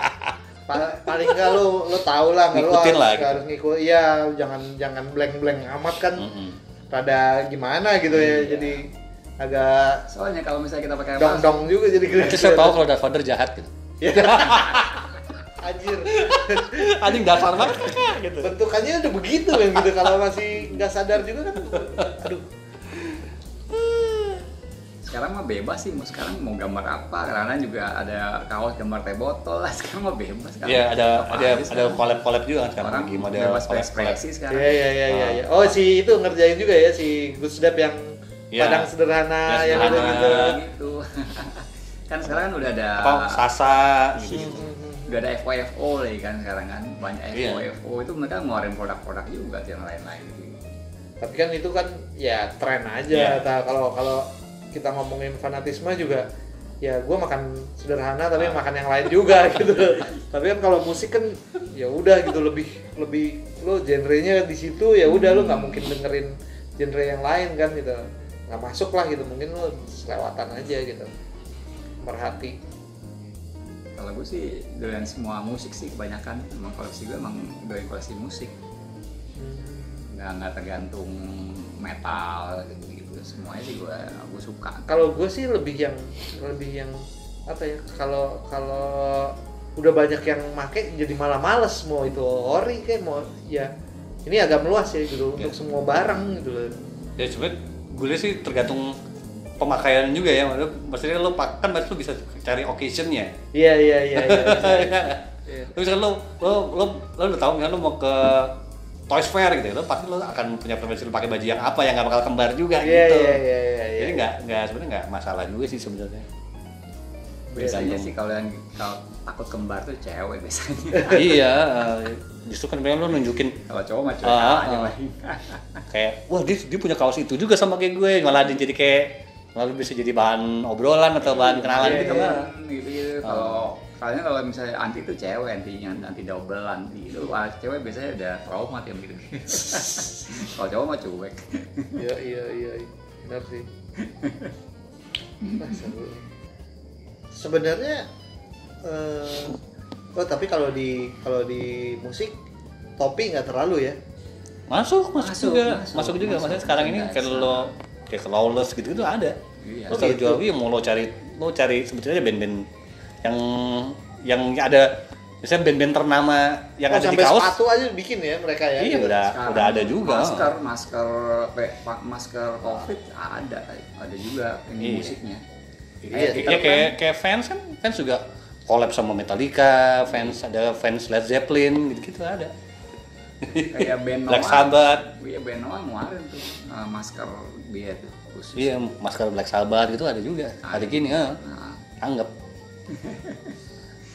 S1: Pa- paling enggak lu lu tahu lah nggak lu
S2: Ngikutin
S1: harus,
S2: lah, gitu.
S1: harus ngikut iya jangan jangan blank blank amat kan
S2: Mm-mm. Iya.
S1: rada gimana gitu ya jadi agak
S3: Soalnya kalau misalnya kita pakai
S1: dong dong juga jadi gitu.
S2: Nanti saya Iya, tahu kalau Darth Vader jahat gitu,
S1: anjir
S2: anjing dasar banget gitu.
S1: bentukannya udah begitu kan gitu kalau masih nggak sadar juga kan aduh
S3: sekarang mah bebas sih mau sekarang mau gambar apa karena juga ada kaos gambar teh botol lah sekarang mah bebas kan
S2: Iya ada
S3: Apa
S2: ada
S3: aja
S2: ada
S3: sekarang.
S2: collab collab juga kan sekarang
S3: orang
S2: lagi model
S3: bebas
S2: collab collab.
S3: berekspresi sekarang
S1: Iya iya iya iya.
S2: Ah.
S1: iya. Oh si itu ngerjain juga ya si Gus Dap yang
S2: Iya.
S1: padang sederhana
S2: Ya,
S1: yang
S2: sederhana.
S1: gitu gitu.
S3: gitu kan sekarang kan udah ada
S2: Apa Sasa
S1: Hmm.
S2: gitu.
S3: udah ada FOFO lagi kan sekarang kan banyak
S2: Iya.
S3: FOFO itu mereka ngeluarin produk-produk juga yang lain-lain gitu.
S1: Tapi kan itu kan ya tren aja.
S2: Iya.
S1: Nah, Kalau kalau kita ngomongin fanatisme juga ya gue makan sederhana tapi makan yang lain juga gitu tapi kan kalau musik kan ya udah gitu lebih lebih lo genrenya di situ ya udah lo nggak mungkin dengerin genre yang lain kan gitu nggak masuk lah gitu mungkin lo selewatan aja gitu merhati
S3: kalau gue sih doyan semua musik sih kebanyakan emang koleksi gue emang doyan koleksi musik nggak nggak tergantung metal gitu gitu semuanya sih gue gue suka
S1: kalau gue sih lebih yang lebih yang apa ya kalau kalau udah banyak yang make jadi malah males mau itu ori kayak mau ya ini agak meluas ya
S2: Iya.
S1: gitu untuk semua barang gitu loh
S2: ya cuma gue lihat sih tergantung pemakaian juga ya maksudnya, maksudnya lo pak- kan berarti lo bisa cari occasionnya
S1: iya iya iya iya, iya. Iya.
S2: lo misalkan lo lo lo lo udah tahu misalkan lo mau ke Toys Fair gitu ya, lo pasti lo akan punya preferensi lo pakai baju yang apa yang nggak bakal kembar juga
S1: Iya,
S2: gitu
S1: iya, iya, iya, iya.
S2: jadi nggak nggak sebenarnya nggak masalah juga sih sebenarnya
S3: biasanya
S2: Tergantung.
S3: sih kalau yang kalau takut kembar tuh cewek biasanya
S2: iya eh, justru kan pengen lo nunjukin
S3: kalau cowok mah cewek
S2: Ah,
S3: aja
S2: ah.
S3: paling
S2: kayak wah dia, dia punya kaos itu juga sama kayak gue malah dia jadi kayak lalu bisa jadi bahan obrolan atau bahan kenalan
S1: Iya,
S2: gitu
S1: iya.
S2: kan
S3: gitu gitu kalau soalnya kalau misalnya anti itu cewek antinya anti double anti itu wah, cewek biasanya ada trauma tuh yang gitu kalau cowok mah cuek
S1: iya iya iya iya. benar sih Wah, seru. sebenarnya eh, oh tapi kalau di kalau di musik topi nggak terlalu ya
S2: masuk masuk,
S3: Masuk,
S2: juga
S3: masuk,
S2: masuk, juga
S3: masuk.
S2: maksudnya sekarang ini
S3: Nggak
S2: kayak
S3: salah.
S2: lo kayak lawless gitu gitu ada
S3: Iya.
S2: lo
S1: Oh,
S2: cari
S1: gitu.
S2: jual iya, mau lo cari lo cari sebetulnya band-band yang yang ada misalnya band-band ternama yang
S1: Oh,
S2: ada di
S1: sampai
S2: Ya, kaos
S1: sepatu aja bikin ya mereka ya
S2: iya
S1: gitu.
S2: udah
S3: Sekarang
S2: udah ada juga
S3: masker masker pe- pa- masker covid ah, ada ada juga ini
S2: Iya.
S3: musiknya
S1: Iya,
S2: Iya, iya, kayak kayak fans kan fans juga collab sama Metallica, fans ada fans Led Zeppelin gitu-gitu ada.
S3: kayak band
S2: Black
S3: Noah.
S2: Sabbath.
S3: iya band Noah ngeluarin tuh eh, masker dia tuh khusus
S2: Iya, masker Black Sabbath gitu ada juga. Ada gini, heeh.
S3: Nah,
S2: Anggap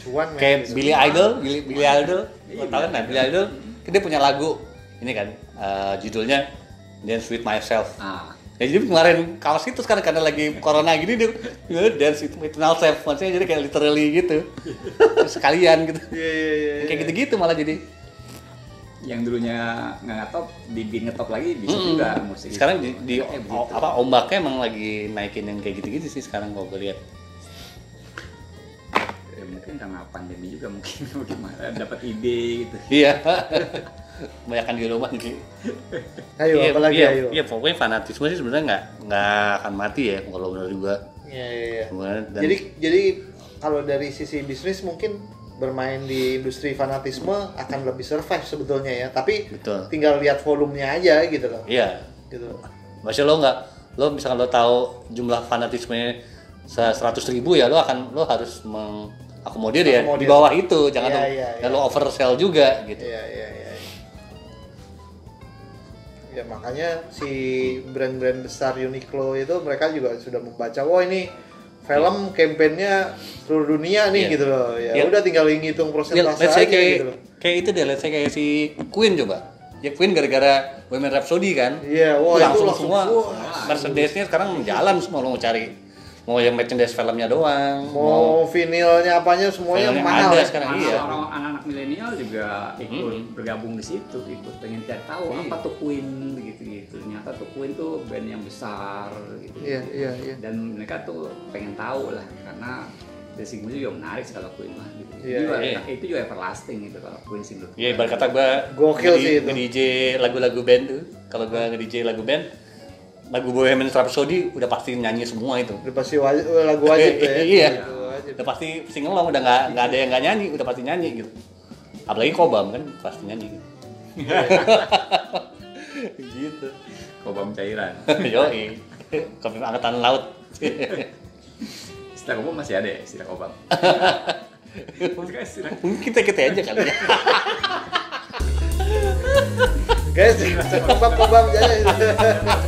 S1: cuan men.
S2: kayak Billy Idol, Billy, Billy Idol,
S3: Iya,
S2: lo tau kan? nah, Billy Idol, kan dia punya lagu ini kan, eh, judulnya Dance with Myself.
S3: ah
S2: Ya jadi kemarin kaos itu sekarang karena lagi corona gini dia dia dance with myself, maksudnya jadi kayak literally gitu, sekalian gitu,
S1: iya iya iya iya.
S2: kayak gitu-gitu malah jadi.
S3: yang dulunya nggak ngetop di, di ngetop lagi bisa
S2: Mm-mm.
S3: juga musik
S2: sekarang di, di-
S3: Kayak begitu.
S2: o- apa ombaknya emang lagi naikin yang kayak gitu-gitu sih sekarang kalau gue lihat
S3: Ya, mungkin karena pandemi juga mungkin gimana dapat ide gitu
S2: iya kebanyakan di rumah gitu
S1: ayo
S2: iya,
S1: apalagi
S2: iya,
S1: ayo
S2: iya pokoknya fanatisme sih sebenarnya nggak nggak akan mati ya kalau menurut gue
S1: Iya, iya, iya.
S2: Kemudian dan-
S1: jadi jadi kalau dari sisi bisnis mungkin bermain di industri fanatisme akan lebih survive sebetulnya ya tapi
S2: Betul.
S1: tinggal lihat volumenya aja gitu loh
S2: iya
S1: gitu loh.
S2: maksudnya lo nggak lo misalkan lo tahu jumlah fanatismenya seratus ribu ya lo akan lo harus mengakomodir ya
S1: Akomodir.
S2: di bawah itu jangan
S1: Iya,
S2: lo,
S1: iya,
S2: jangan
S1: iya.
S2: lo oversell juga gitu
S1: Iya, iya, iya. Ya makanya si brand-brand besar Uniqlo itu mereka juga sudah membaca, wah ini film kampanyenya seluruh dunia nih
S2: Iya.
S1: gitu loh. Ya
S2: Iya.
S1: udah tinggal ngitung
S2: Ya,
S1: persentase
S2: let's
S1: aja
S2: say kayak,
S1: gitu loh.
S2: kayak itu deh, let's say kayak si Queen coba. Ya Queen gara-gara Women Rhapsody kan.
S1: Iya, wah, itu
S2: langsung,
S1: langsung,
S2: semua.
S1: wah.
S2: Merchandise-nya sekarang jalan semua lo mau cari. Mau yang merchandise filmnya doang,
S1: Mau
S2: mau
S1: vinilnya apanya semuanya
S2: Vinilnya
S1: mahal.
S2: ada
S1: ya.
S2: sekarang. Nah,
S3: Anak-
S2: iya.
S3: orang anak-anak milenial juga ikut bergabung di situ ikut pengen cari tahu
S1: Iya.
S3: apa tuh Queen gitu gitu ternyata tuh Queen tuh band yang besar gitu
S1: Iya, iya, iya.
S3: dan mereka tuh pengen tahu lah karena dari single juga menarik sih kalau Queen mah gitu
S1: Iya,
S3: itu, juga,
S2: iya.
S3: itu juga everlasting gitu kalau Queen single
S2: Ya ibarat kata gue
S1: Gokil sih itu.
S2: nge-DJ lagu-lagu band tuh. Kalau gue nge-DJ lagu band, lagu Bohemian Rhapsody udah pasti nyanyi semua itu.
S1: Udah pasti wajib, lagu wajib tuh ya.
S2: iya.
S1: Lagu wajib.
S2: Udah pasti singelong udah nggak nggak ada yang nggak nyanyi, udah pasti nyanyi gitu. Apalagi Kobam kan pasti nyanyi.
S1: Iya.
S2: gitu.
S3: kobam cairan
S2: Yoi. Kopi angkatan laut.
S3: istilah kobam masih ada ya istilah kobam istilah
S2: Mungkin kita kita aja kali ya.
S1: Guys, kebab-kebab aja.